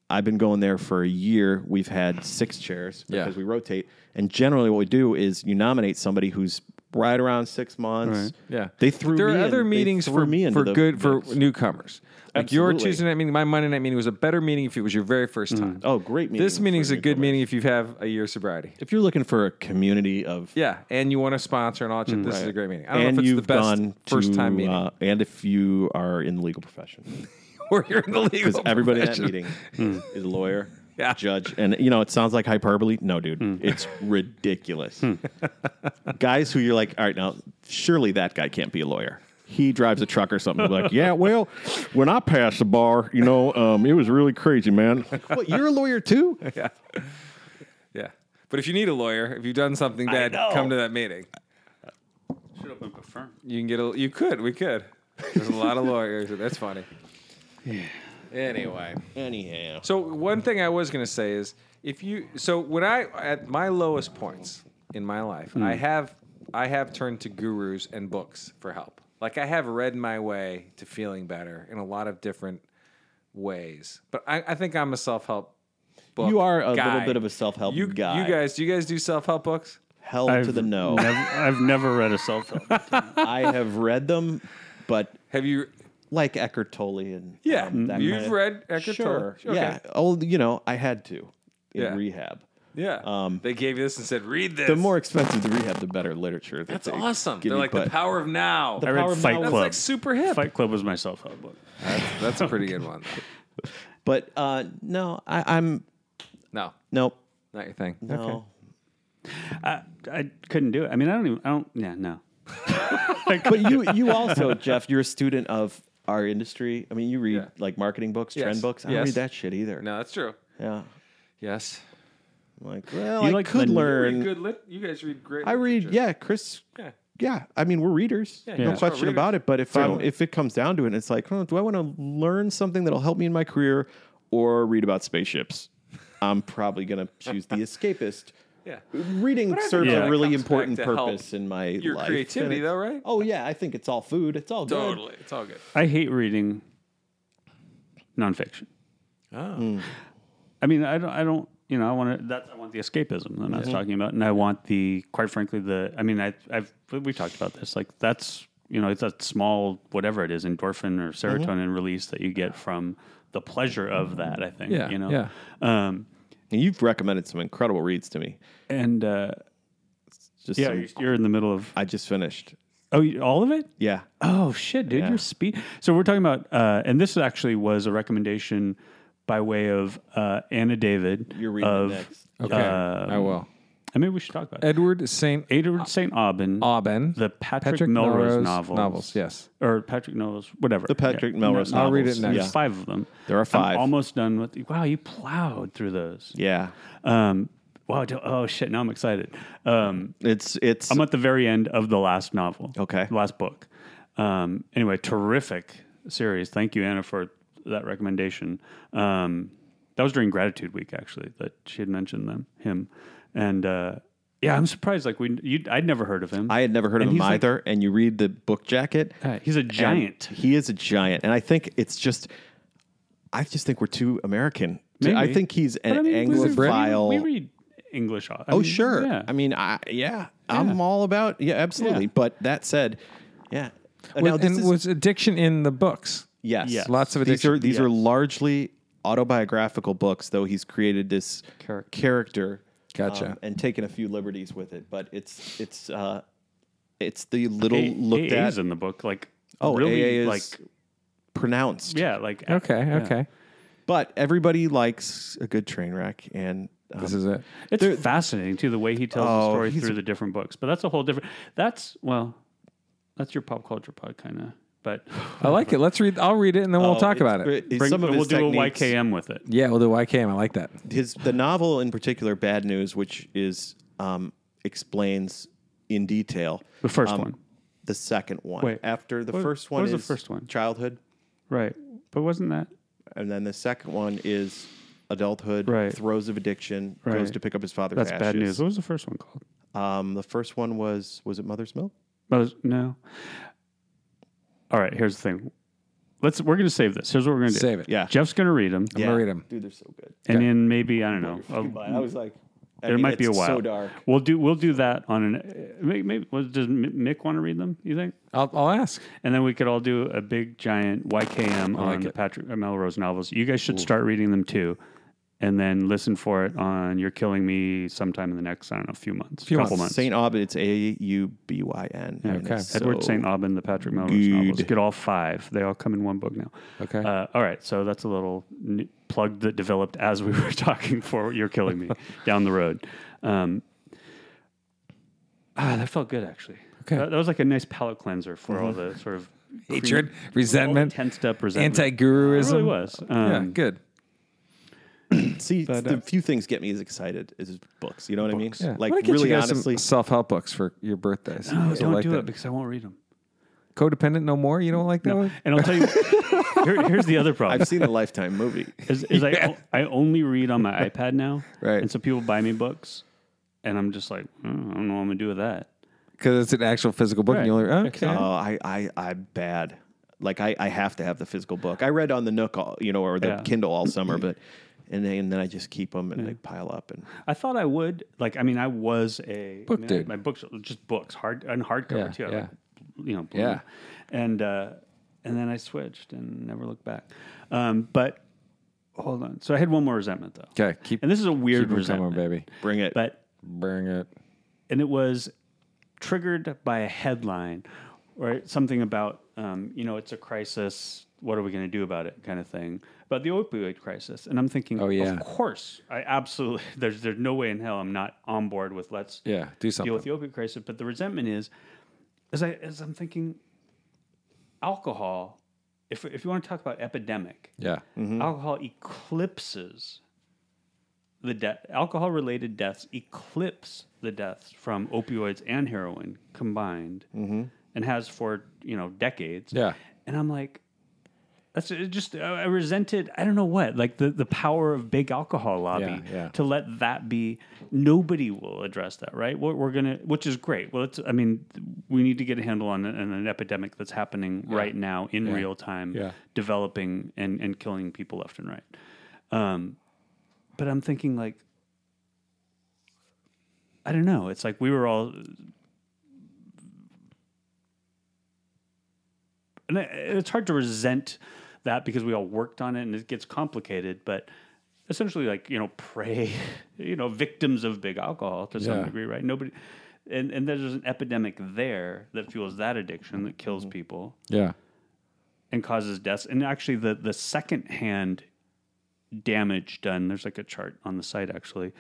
I've been going there for a year. We've had six chairs
Yeah.
because we rotate. And generally, what we do is you nominate somebody who's right around six months.
Right.
Yeah,
They threw
There
me
are
in-
other
they
meetings
threw
for
me into
for
the
good for
mix.
newcomers. Like your
Absolutely.
Tuesday night meeting, my Monday night meeting was a better meeting if it was your very first time.
Oh, great meeting.
this meeting's
for
a good
newcomers.
meeting if you have a year of sobriety.
If you're looking for a community of
Yeah, and you want to sponsor and all that shit. This is a great meeting. I don't
Mm-hmm. and
know if it's
you've
the best
gone
first
to,
time meeting
uh, and if you are in the legal profession,
*laughs* or you're in the legal.
*laughs* because everybody in that
profession.
meeting
Hmm.
is a lawyer,
Yeah.
judge, and you know it sounds like hyperbole. No, dude,
Hmm.
it's ridiculous. *laughs* Guys who you're like, all right, now surely that guy can't be a lawyer. He drives a truck or something. Like, yeah, well, when I passed the bar, you know, um, it was really crazy, man. what, you're a lawyer too?
Yeah, but if you need a lawyer, if you've done something bad,
know.
come to that meeting.
Should open up a firm.
You can get a. You could. We could. There's a
*laughs*
lot of lawyers. That's funny. Anyway.
Anyhow,
So one thing I was gonna say is if you so when I at my lowest points in my life,
Hmm.
I have I have turned to gurus and books for help. Like I have read my way to feeling better in a lot of different ways. But I, I think I'm a self help book.
You are a
guy.
little bit of a self-help
you,
guy.
You guys, do you guys do self help books?
hell to the no.
Never, I've never read a self
*laughs*
help.
*laughs* I have read them, but
Have you?
like Eckhart Tolle and
Yeah,
um, that
you've
kinda-
read Eckhart
Sure,
Tolle.
yeah. Oh, you know, I had to in
Yeah.
rehab.
Yeah.
Um,
they gave you this and said, "Read this."
The more expensive the rehab, the better literature. that
that's
they
awesome.
give
They're
you,
like the
but
power of now.
I
Power
read
of
Fight
Now is
that's
Club.
like super hip.
Fight Club was my self help book.
That's a pretty good one. though.
But uh, no, I, I'm
No,
nope.
not your thing.
No,
I, I couldn't do it. I mean, I don't even. I don't. Yeah, no.
but you you also Jeff, you're a student of our industry. I mean, you read
Yeah.
like marketing books,
Yes.
trend books. I don't
Yes.
read that shit either.
No, that's true.
Yeah,
Yes.
I'm like well,
You
I
like
could
the-
learn.
Good lit. You guys read great.
I read,
literature.
yeah, Chris.
Yeah.
Yeah, I mean we're readers,
yeah,
no
sure,
question
readers.
about it. But if I'm,
Totally.
if it comes down to it, and it's like, oh, do I want to learn something that'll help me in my career, or read about spaceships? I'm probably gonna choose
*laughs*
the escapist.
Yeah.
Reading
But I think
serves
that
a really
comes back
important
to help
purpose in my
your
life.
creativity,
And it's-
though, right?
Oh yeah, I think it's all food. It's all good.
Totally. It's all good.
I hate reading nonfiction.
Oh.
I mean, I don't. I don't. You know, I want to. That I want the escapism that I
Mm-hmm.
was talking about, and I want the. Quite frankly, the. I mean, I, I've we talked about this. Like that's you know, it's that small whatever it is, endorphin or
Mm-hmm.
serotonin release that you get from the pleasure of that. I think.
Yeah,
You know.
yeah.
Um,
And you've recommended some incredible reads to me.
and uh,
Just
yeah,
some-
you're- you're in the middle of.
I just finished.
Oh, you- all of it.
Yeah, *laughs*
Oh shit, dude,
Yeah.
you're speed. So we're talking about, uh, and this actually was a recommendation by way of uh, Anna David.
you're reading
of, Oh.
it next.
Okay. I
Um,
will.
I mean, we should talk about it.
Edward Saint
Edward St. Aubin,
Aubin.
the Patrick, Melrose, novels.
Yes.
Or Patrick Melrose, whatever.
The Patrick Melrose
I'll read
novels.
it next.
There's
Yeah.
five of them.
There are
I'm
five.
almost done with. Wow, you plowed through those.
Yeah,
Um, wow. don't- Oh shit! Now I'm excited. Um,
it's it's
I'm at the very end of the last novel.
Okay.
The last book. Um, anyway, terrific series. Thank you, Anna, for that recommendation. Um, that was during Gratitude Week, actually, that she had mentioned them, him, and uh, yeah, I'm surprised. Like we, you, I'd never heard of him.
I had never heard of
And
him
he's like-
either. and you read the book jacket.
Uh, he's a
and
giant.
He is a giant, and I think it's just, I just think we're too American. I
Maybe.
think he's an
But, I mean, we read-
Anglophile.
We, read English. I
oh
mean,
sure,
Mm-hmm. Yeah.
I mean, I yeah, I'm all about yeah, absolutely.
Yeah.
But that said, yeah, Uh, now this
and
is
was addiction in the books?
yes,
Yes.
Lots of
these are
addiction.
these are largely autobiographical books, though he's created this
Character.
character, um,
Gotcha.
and taken a few liberties with it. But it's it's uh, it's the little
A-
looked
AA
at
is in the book. Like
Oh,
really?
AA is-
like
pronounced
yeah, like
Okay.
yeah.
Okay.
But everybody likes a good train wreck, and um,
This is it.
It's fascinating too the way he tells
Oh,
the story
he's-
through the different books. But that's a whole different. That's well, that's your pop culture pod kind of. But
I like it. Let's read. I'll read it and then we'll talk
Oh, it's
about it.
great. It's
bring,
Some of
we'll
his
do
techniques-
a YKM with it.
Yeah, we'll do YKM. I like that.
His the novel in particular, Bad News, which is um, explains in detail. um,
The first one.
The second one.
Wait.
After the
What-
first
what
one
was the
is
first one?
childhood,
Right. But wasn't that
and then the second one is adulthood.
Right.
Throes of addiction. Goes
Right.
to pick up his father's
that's
ashes.
bad news? What was the first one called?
Um, the first one was was it Mother's Milk?
Mother's, no. All right. Here's the thing. Let's. We're gonna save this. Here's what we're gonna do.
Save it.
Yeah.
Jeff's gonna read them,
I'm gonna read 'em.
Dude, they're so good.
and then maybe I don't know.
I was like, I
There
mean,
Oh. might be a
it's
while.
So dark.
We'll do. We'll do that on an. Maybe, maybe well, does M- Mick want to read them? You think?
I'll, I'll ask.
And then we could all do a big giant YKM on
like
the
it.
Patrick Melrose novels. You guys should start reading them too, and then listen for it on "You're Killing Me" sometime in the next I don't know few months,
Few
couple months.
months.
Saint Aubin. It's A U B Y N. and
Okay.
it's
Edward
so-
St. Aubin, the Patrick Melrose novels.
good.
Get all five. They all come in one book now.
Okay.
Uh, all right. So that's a little n- plug that developed as we *laughs* were talking for You're Killing
*laughs*
Me down the road. Um, ah, that felt good, actually.
Okay. Mm-hmm.
That, that was like a nice palate cleanser for all the sort of
Hatred,
cre- all the
resentment,
tensed up resentment.
anti guruism.
It really was.
Yeah,
Um,
good.
See,
But,
the
uh,
few things get me as excited as books. You know what I mean?
Yeah.
Like
I'm gonna get
really
you guys *laughs*
honestly,
self help books for your birthdays.
No,
You'll
don't
like
do
that.
it because I won't read
*laughs*
them.
Codependent, no more. You don't like that one?
And I'll tell
*laughs*
you, here- here's the other problem.
I've seen the Lifetime movie.
is, is
*laughs*
I, I only read on my iPad now.
Right.
And so people buy me books, and I'm just like, "Mm, I don't know what I'm going to do with that.
Because it's an actual physical book, and
Right. Uh,
you only okay.
Oh, I, I, I'm bad. Like I, I have to have the physical book. I read on the Nook, all, you know, or the
Yeah.
Kindle all summer,
Mm-hmm.
but and then, and then I just keep them and they pile up. And
I thought I would. Like, I mean, I was a
Book
I mean,
dude.
My books, just books, hard and hardcover
Yeah,
too. I
yeah.
Like, you know, blew
Yeah.
me. And uh, and then I switched and never looked back. Um, but hold on. So I had one more resentment though.
Okay, keep.
And this is a weird
keep 'em coming,
resentment,
baby.
bring it.
But
Bring it.
and it was triggered by a headline or something about um, you know it's a crisis what are we going to do about it kind of thing about the opioid crisis and i'm thinking
Oh, yeah.
of course i absolutely *laughs* there's there's no way in hell i'm not on board with let's
Yeah, do something.
deal with the opioid crisis but the resentment is as i as i'm thinking alcohol if if you want to talk about epidemic
yeah.
alcohol eclipses the death alcohol related deaths eclipse the deaths from opioids and heroin combined and has for you know decades
Yeah.
and i'm like that's it just i I resented i don't know what like the, the power of big alcohol lobby
Yeah, yeah.
to let that be nobody will address that right we're, we're gonna which is great well it's i mean we need to get a handle on an, an epidemic that's happening right now in real time
Yeah.
developing and, and killing people left and right. Um, but I'm thinking like, I don't know. It's like we were all, and I- it's hard to resent that because we all worked on it and it gets complicated. But essentially, like you know, prey, *laughs* you know, victims of big alcohol to some
Yeah.
degree, right? Nobody. And, and there's an epidemic there that fuels that addiction that kills people
Yeah.
and causes deaths. And actually, the the second hand damage done. There's like a chart on the site actually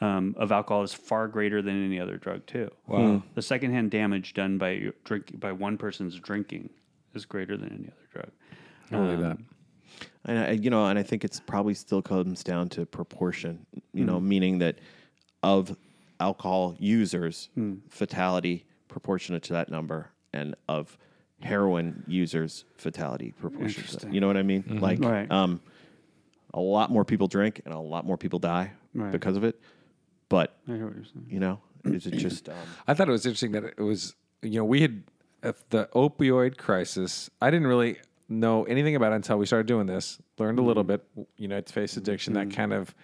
um, of alcohol is far greater than any other drug too. Wow. The second hand damage done by your drink by one person's drinking is greater than any other drug.
I believe that.
And I, you know, and I think it's probably still comes down to proportion. You
Mm.
know, meaning that of alcohol users,
Mm.
fatality proportionate to that number, and of heroin users, fatality proportionate. To that. You know what I mean? Like,
Right.
um, a lot more people drink, and a lot more people die
Right.
because of it. But
I hear what you're saying.
you know, is it just um,
I thought it was interesting that it was, you know, we had if the opioid crisis. I didn't really know anything about it until we started doing this. Learned a little bit, you know, to face addiction. That kind of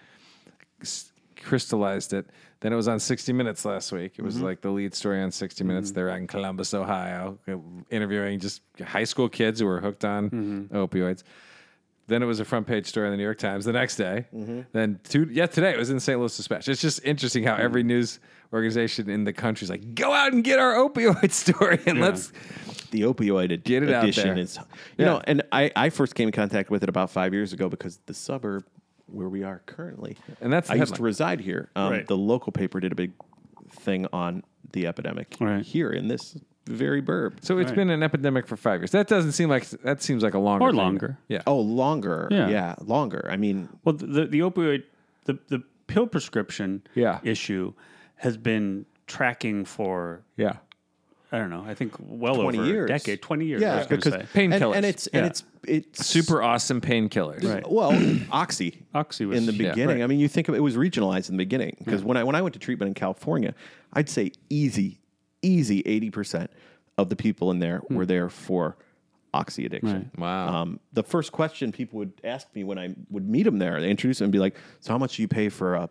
s- crystallized it. Then it was on 60 Minutes last week. It was like the lead story on 60 Minutes. They're out in Columbus, Ohio, uh, interviewing just high school kids who were hooked on opioids. Then it was a front page story in the New York Times the next day. Then two, yeah, today it was in the St. Louis Dispatch. It's just interesting how every news organization in the country is like, go out and get our opioid *laughs* story and let's
the opioid ad-
Get it out
addiction
there.
is you
Yeah.
know and I, I first came in contact with it about five years ago because the suburb where we are currently
And that's the
i used to
headline.
reside here um,
Right.
the local paper did a big thing on the epidemic
Right.
here in this very burb
So it's been an epidemic for five years. That doesn't seem like that seems like a longer
Or
thing.
longer.
Yeah.
oh longer
Yeah.
yeah longer i mean
Well, the the opioid the the pill prescription
Yeah.
issue has been tracking for
Yeah.
I don't know. I think well
20
over
years.
a decade, twenty years. I
Yeah,
was gonna
because
say.
Painkillers.
And, and it's
Yeah.
and it's it's
Super awesome painkillers.
Right.
well
*clears throat*
oxy
Oxy was
in the
yeah,
beginning. I mean, you think of it was regionalized in the beginning because when I when I went to treatment in California, I'd say easy, easy eighty percent of the people in there
Hmm.
were there for oxy addiction.
Wow.
Um, the first question people would ask me when I would meet them there, they introduce them and be like, "So how much do you pay for a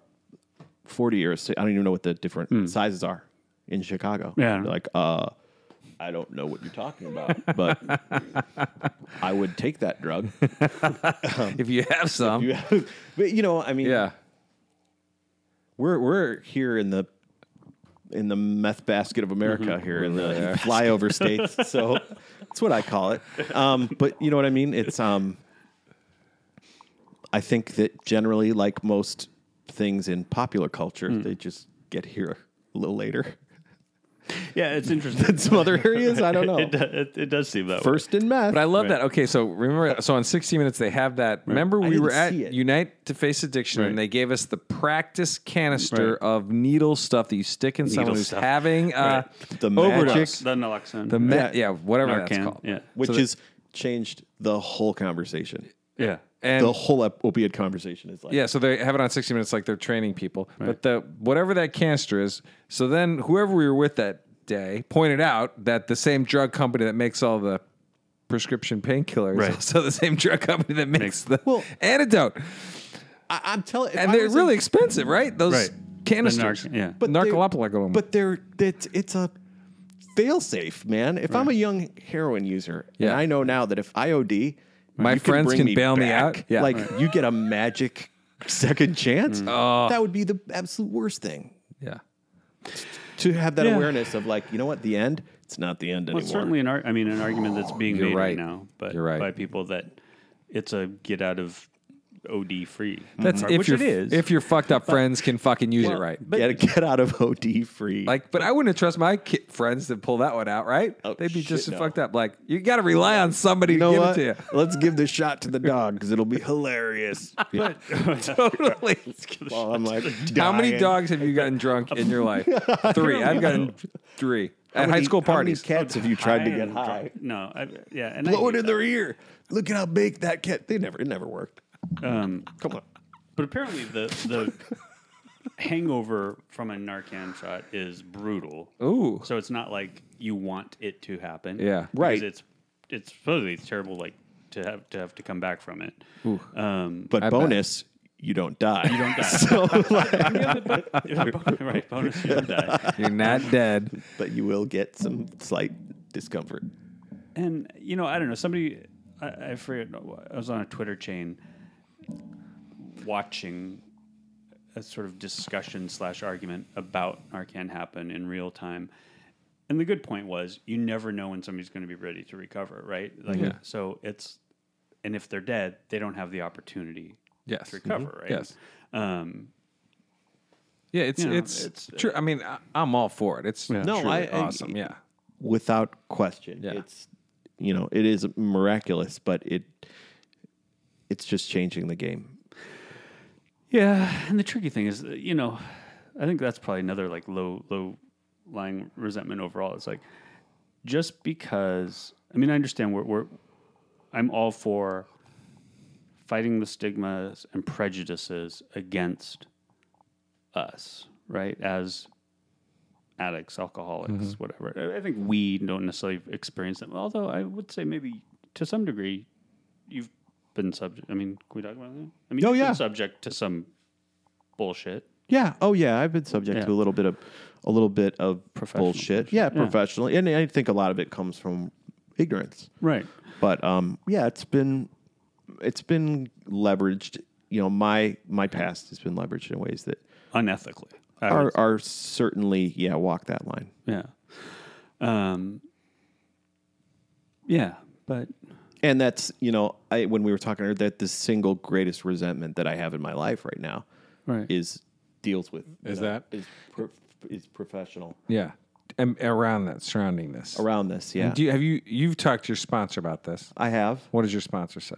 forty or a si- I don't even know what the different sizes are in Chicago?"
Hmm. Yeah.
They're like, uh. I don't know what you're talking about, but
*laughs*
I would take that drug.
If you
*laughs*
have some.
You have- but you know, I mean,
yeah.
we're we're here in the in the meth basket of America
Mm-hmm.
here in the
*laughs*
flyover states. So that's what I call it. Um, but you know what I mean? It's um I think that generally like most things in popular culture,
Hmm.
they just get here a little later *laughs*
yeah, it's interesting.
in some other areas. *laughs*
*laughs*
I don't know.
it, do- it, it does seem that
First in meth.
But I love that. Okay, so remember, so on 60 Minutes, they have that. Remember, we
didn't
were at
see it.
Unite to Face Addiction, and
Right.
they gave us the practice canister of needle stuff that you stick in someone
Needle
who's
stuff.
having uh,
The magic.
overdose.
way. The naloxone.
The me- yeah.
Yeah.
whatever that's
Narcan,
called.
yeah.
which
so that-
has changed the whole conversation.
yeah.
And
The whole op- opiate conversation is like
Yeah, so they have it on 60 Minutes, like they're training people. But the whatever that canister is, so then whoever we were with that day pointed out that the same drug company that makes all the prescription painkillers
Right.
is also the same drug company that makes the
Well-
antidote.
I, I'm telling
And they're really expensive, right? Those
Right.
canisters.
The narc- yeah.
But
But they're-
narcolepticum.
But they're it's it's a failsafe, man. If I'm a young heroin user,
Yeah.
and I know now that if I OD,
My
you
friends
bring
can bail me out? Yeah. Mm.
Like you get a magic second chance.
Oh.
that would be the absolute worst thing
yeah.
to have that
Yeah.
awareness of like, you know what, the end. It's not the end
Well, it's
anymore.
certainly an ar- I mean an argument that's being
You're
made
right.
right, now, but
You're right.
by people that it's a get out of OD free. Mm-hmm.
That's
Mm-hmm.
if
which
your
it is.
if your fucked up friends can fucking use it right.
get, get out of OD free.
Like, but I wouldn't trust my ki- friends to pull that one out, right?
Oh,
They'd be
shit,
just as
no.
fucked up. Like, you got to rely on somebody
you know
to give
what? *laughs*
it to
Let's give this shot to the dog because it'll be
*laughs*
hilarious.
you. totally.
While I'm like,
How many
dying.
dogs have you gotten drunk in
*laughs*
your life? three. I've gotten three at
How
high
many-
school
how many
parties.
cats have you tried to
I
get
am
high?
drunk. No, I, yeah, and I
blow
hate
it in
that.
their ear. Look at how big that cat. They never. It never worked.
Um,
Come on.
But apparently the the *laughs* hangover from a Narcan shot is brutal.
Ooh.
So it's not like you want it to happen.
Yeah.
Because
Right.
It's it's supposedly it's terrible like to have to have to come back from it. Um
But bonus, you don't die. You don't die. *laughs* so, like,
right, bonus you don't die.
*laughs*
You're not dead.
but you will get some slight discomfort.
*laughs* And you know, I don't know, somebody I, I forget I was on a Twitter chain watching a sort of discussion slash argument about Narcan happen in real time. And the good point was you never know when somebody's going to be ready to recover, right? Like
Yeah.
so it's and if they're dead, they don't have the opportunity
Yes.
to
Mm-hmm.
recover, right?
Yes.
Um,
Yeah, it's
You know,
it's,
it's-
true. I mean, I, I'm all for it. It's
uh, No,
truly
I- I-
awesome. yeah.
Without question,
Yeah.
it's you know it is miraculous, but it it's just changing the game.
Yeah, and the tricky thing is, uh, you know, I think that's probably another like low low lying resentment overall. It's like just because I mean I understand we're, we're I'm all for fighting the stigmas and prejudices against us, right? As addicts, alcoholics,
Mm-hmm.
whatever. I- I think we don't necessarily experience them. Although I would say maybe to some degree you've been subject. I mean, can we talk about that? I mean,
Oh,
you've
yeah.
been subject to some bullshit.
Yeah. Oh yeah. I've been subject
Yeah.
to a little bit of a little bit of
Professional
bullshit. Yeah, professionally, and I think a lot of it comes from ignorance.
Right.
but um, yeah, it's been it's been leveraged. You know, my my past has been leveraged in ways that
Unethically. I
are
would-
are certainly yeah walk that line.
yeah. Um, yeah, but
And that's you know, I when we were talking earlier, that the single greatest resentment that I have in my life right now
right.
is deals with
Is
you know,
that?
is pro- is professional
Yeah. And around that, surrounding this.
around this? Yeah,
Do you, have you you've talked to your sponsor about this?
I have
What does your sponsor say?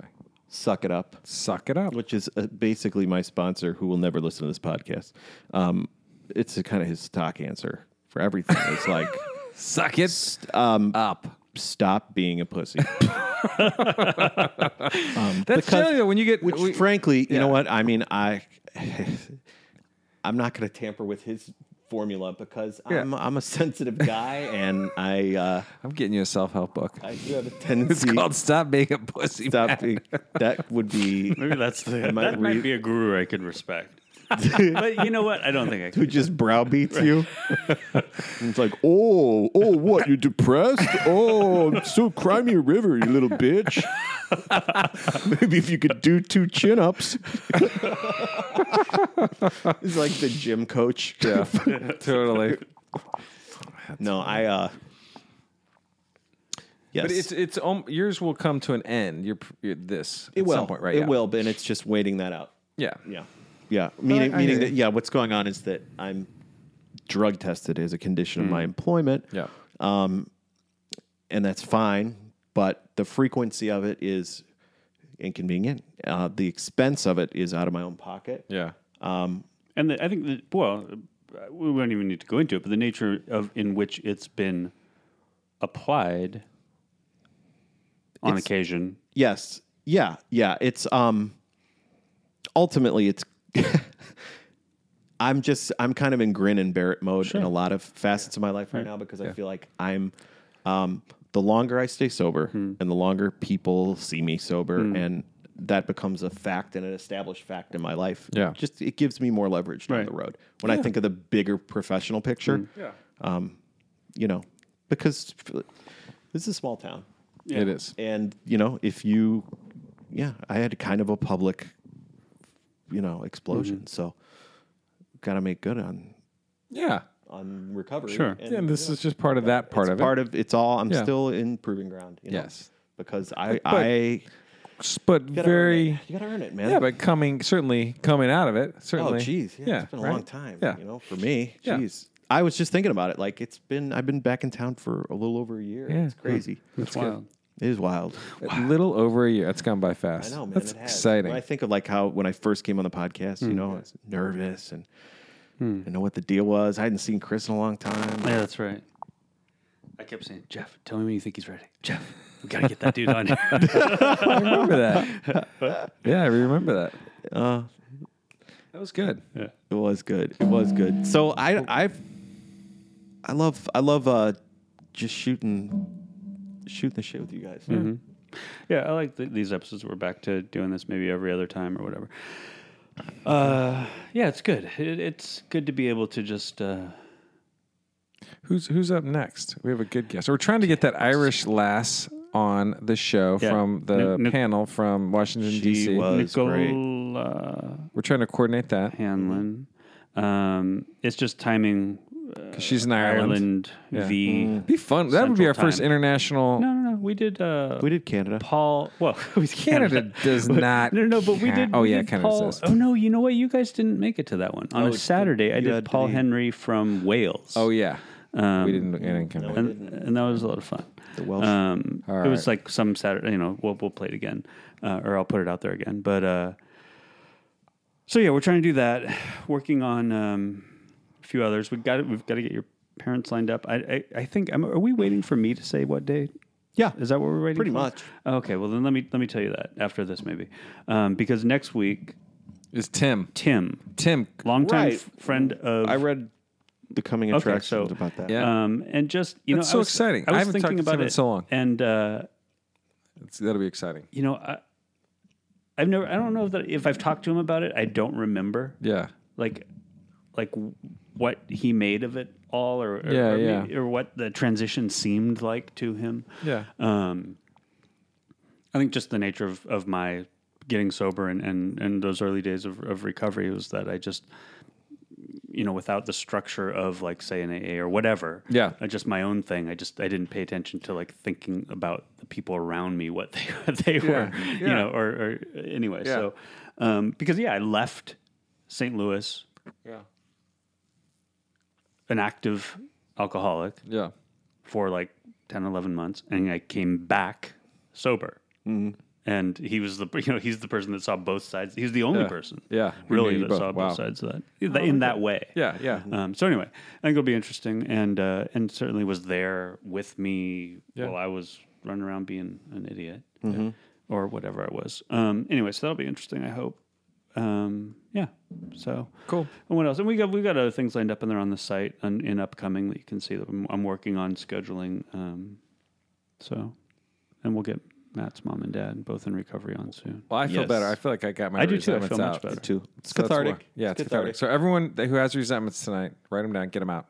suck it up.
Suck it up.
which is uh, basically my sponsor, who will never listen to this podcast. Um, it's a kind of his stock answer for everything. It's like
Suck it
um,
up.
stop being a
*laughs*
pussy.
That's
because-
silly though. When you get
Which,
we-
frankly, you know
yeah.
what? I mean, I, *laughs* I'm not going to tamper with his formula because
Yeah.
I'm I'm a sensitive guy and I uh,
I'm getting you a self help book.
I do have a
It's
tendency.
called "Stop Being a Pussy."
stop
Matt.
being, that would be
Maybe that's the
might
that might
read-
be a guru I could respect. but you know what? I don't think I
who
could.
just browbeats you. it's like, oh, oh, what? You're depressed? Oh, so cry me a river, you little bitch. *laughs* Maybe if you could do two chin *laughs* ups. it's like the gym coach.
Yeah,
*laughs*
totally.
No, I. uh Yes,
But it's it's um, yours will come to an end. You're, you're this
it
at
will.
some point, right?
It
yeah.
will, but it's just waiting that out.
Yeah.
Yeah, yeah. Meaning,
I
meaning
hear
that
you.
yeah, what's going on is that I'm drug tested as a condition of my employment.
Yeah.
and that's fine. But the frequency of it is inconvenient. Uh, the expense of it is out of my own pocket.
Yeah.
And the, I think that well, we won't even need to go into it. But the nature of in which it's been applied on
It's-
occasion.
Yes. Yeah. Yeah. It's um. Ultimately, it's. *laughs* I'm just I'm kind of in grin and bear it mode in a lot of facets of my life right, now because I feel like I'm. Um, the longer I stay sober, and the longer people see me sober, and that becomes a fact and an established fact in my life.
Yeah.
just it gives me more leverage down
Right.
the road when I think of the bigger professional picture. Yeah, um, you know, because f- this is a small town
It is.
and you know if you yeah i had kind of a public you know explosion so gotta make good on
Yeah.
on recovery
Sure.
and
Yeah, and this is just part of that part
it's
of it.
part of it's all i'm
Yeah.
still in proving ground you know,
Yes.
because i
But-
i you
but
gotta earn
very.
it. you gotta earn it man
Yeah, but coming certainly coming out of it.
oh
Certainly.
geez yeah, it's been a
right?
long time
Yeah.
you know for me
Yeah.
jeez i was just thinking about it like it's been i've been back in town for a little over a year
Yeah.
it's crazy
That's wild.
it is wild
A little over a year. That's gone by
I
fast.
know, man.
That's
it has.
exciting.
When I think of like how when I first came on the podcast, you know, I was nervous and I know what the deal was. I hadn't seen Chris in a long time.
Yeah, that's right. I kept saying, Jeff, tell me when you think he's ready. Jeff, we gotta get that dude on here.
I remember that.
*laughs*
yeah, I remember that.
Uh,
that was good.
It was good. It was good. So I I've I love I love uh just shooting shooting the shit with you guys.
yeah, I like th- these episodes. We're back to doing this maybe every other time or whatever. Uh, yeah, it's good. It, it's good to be able to just. Uh,
Who's who's up next? We have a good guest. We're trying to get that Irish lass on the show
Yeah.
from the
Nic- Nic-
panel from Washington D.C.
was- That's great.
Nicola
We're trying to coordinate that.
Hanlon. Um, it's just timing. uh,
'Cause she's in Ireland. Yeah. Mm.
v.
Be fun. That would be
Central
our first
time.
international.
No, no, no. We did. Uh,
We did Canada.
Paul. Well, *laughs* we did
Canada does not
No, no, *laughs* but we
count.
did.
Oh,
we
yeah,
did
Canada
Paul,
does.
Oh no, you know what? You guys didn't make it to that one on
Oh,
a Saturday. I
you had
did
to
Paul
be-
Henry from Wales.
Oh yeah,
Um,
we didn't. I didn't come back.
and, and that was a lot of fun. The
Welsh.
Um,
All
It was
right.
like some Saturday. You know, we'll we'll play it again, uh, or I'll put it out there again. But uh, so yeah, we're trying to do that. *sighs* Working on um, a few others. We got We've got to get your parents lined up. I I, I think. I'm, are we waiting for me to say what day?
Yeah.
Is that what we're waiting?
Pretty
for?
much.
Okay. Well, then let me let me tell you that after this maybe, um, because next week
It's Tim.
Tim,
Tim.
longtime
Right.
f- friend of
I read the coming
Okay,
attractions
so-
about that.
Yeah.
um, and just you
That's
know
so
I was,
exciting.
I
I
was
haven't
thinking
talked to
about
Tim in
it
so long.
and. Uh,
It's- that'll be exciting.
you know, I, I've never, I don't know that if I've talked to him about it, I don't remember
Yeah.
like, like what he made of it all or, or,
Yeah,
or,
yeah.
me- or what the transition seemed like to him.
Yeah.
Um, I think just the nature of, of my getting sober and, and, and those early days of, of recovery was that I just, you know, without the structure of like say an AA or whatever,
Yeah.
I just my own thing. I just I didn't pay attention to like thinking about the people around me, what they *laughs* what they were, you
Yeah.
know, or, or anyway.
Yeah.
So, um, because yeah, I left St. Louis,
Yeah.
an active alcoholic,
Yeah. Mm-hmm.
for like 10, 11 months, and I came back sober. and he was the *laughs* you know he's the person that saw both sides. He's the only
Yeah.
person,
Yeah. Who
really
knew
that
both.
saw both
Wow. Oh,
sides of that in that way.
Yeah, yeah.
Um, so anyway, I think it'll be interesting, and uh, and certainly was there with me
Yeah. Mm-hmm.
while I was running around being an idiot or whatever I was. Um, anyway, so that'll be interesting. I hope. Um, yeah. So
Cool.
And what else? And we got we got other things lined up, and they're on the site and in upcoming that you can see that I'm, I'm working on scheduling. Um, so, and we'll get Matt's mom and dad both in recovery on soon.
Well, I feel
Yes.
better. I feel like I got my
I do too. I
resentments
feel much
out.
better.
too. It's
So that's why-
cathartic.
yeah, it's, cathartic. So everyone that- who has resentments tonight, write them down, get them out.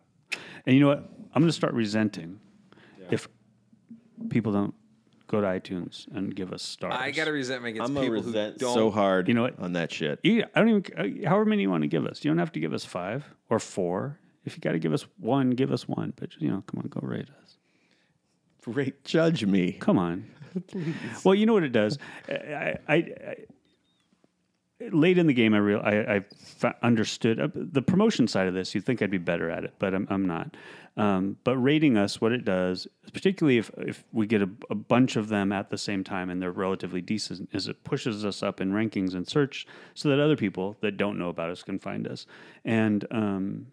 And you know what? I'm going to start resenting if people don't go to iTunes and give us stars.
I got a resentment against
I'm gonna
people
resent
who don't.
so hard.
You know what?
on that shit.
You, I don't even. uh, However many you want to give us, you don't have to give us five or four. If you got to give us one, give us one. But you know, come on, go rate us.
Great, judge me.
Come on. Well, you know what it does. I, I, I late in the game, I real I, I fa- understood uh, the promotion side of this. You'd think I'd be better at it, but I'm, I'm not. Um, but rating us, what it does, particularly if if we get a, a bunch of them at the same time and they're relatively decent, is it pushes us up in rankings and search, so that other people that don't know about us can find us. And um,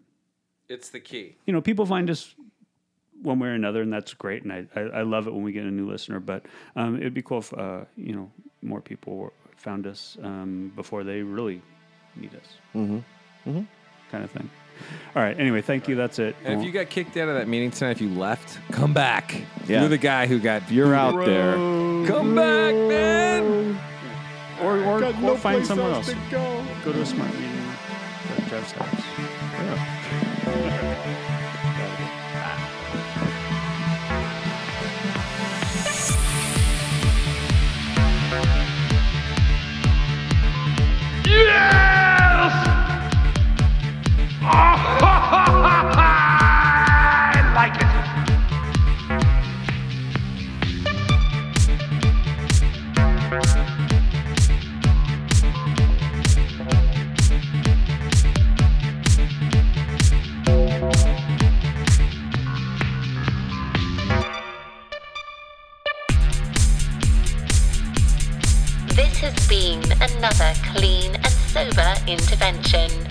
It's the key.
you know, people find us one way or another, and that's great. And I, I, I love it when we get a new listener, but um, it'd be cool if, uh, you know, more people were, found us um, before they really need us. Mm-hmm. Mm-hmm. Kind of thing. All right. Anyway, thank you. That's it.
And if you got kicked out of that meeting tonight, if you left, come back.
Yeah.
You're the guy who got.
You're out there.
Come back, man.
or or, or find someone else. Go. to a smart meeting. at Jeff's house.
Yes! Ah, *laughs* I like it.
This has been another clean and sober intervention.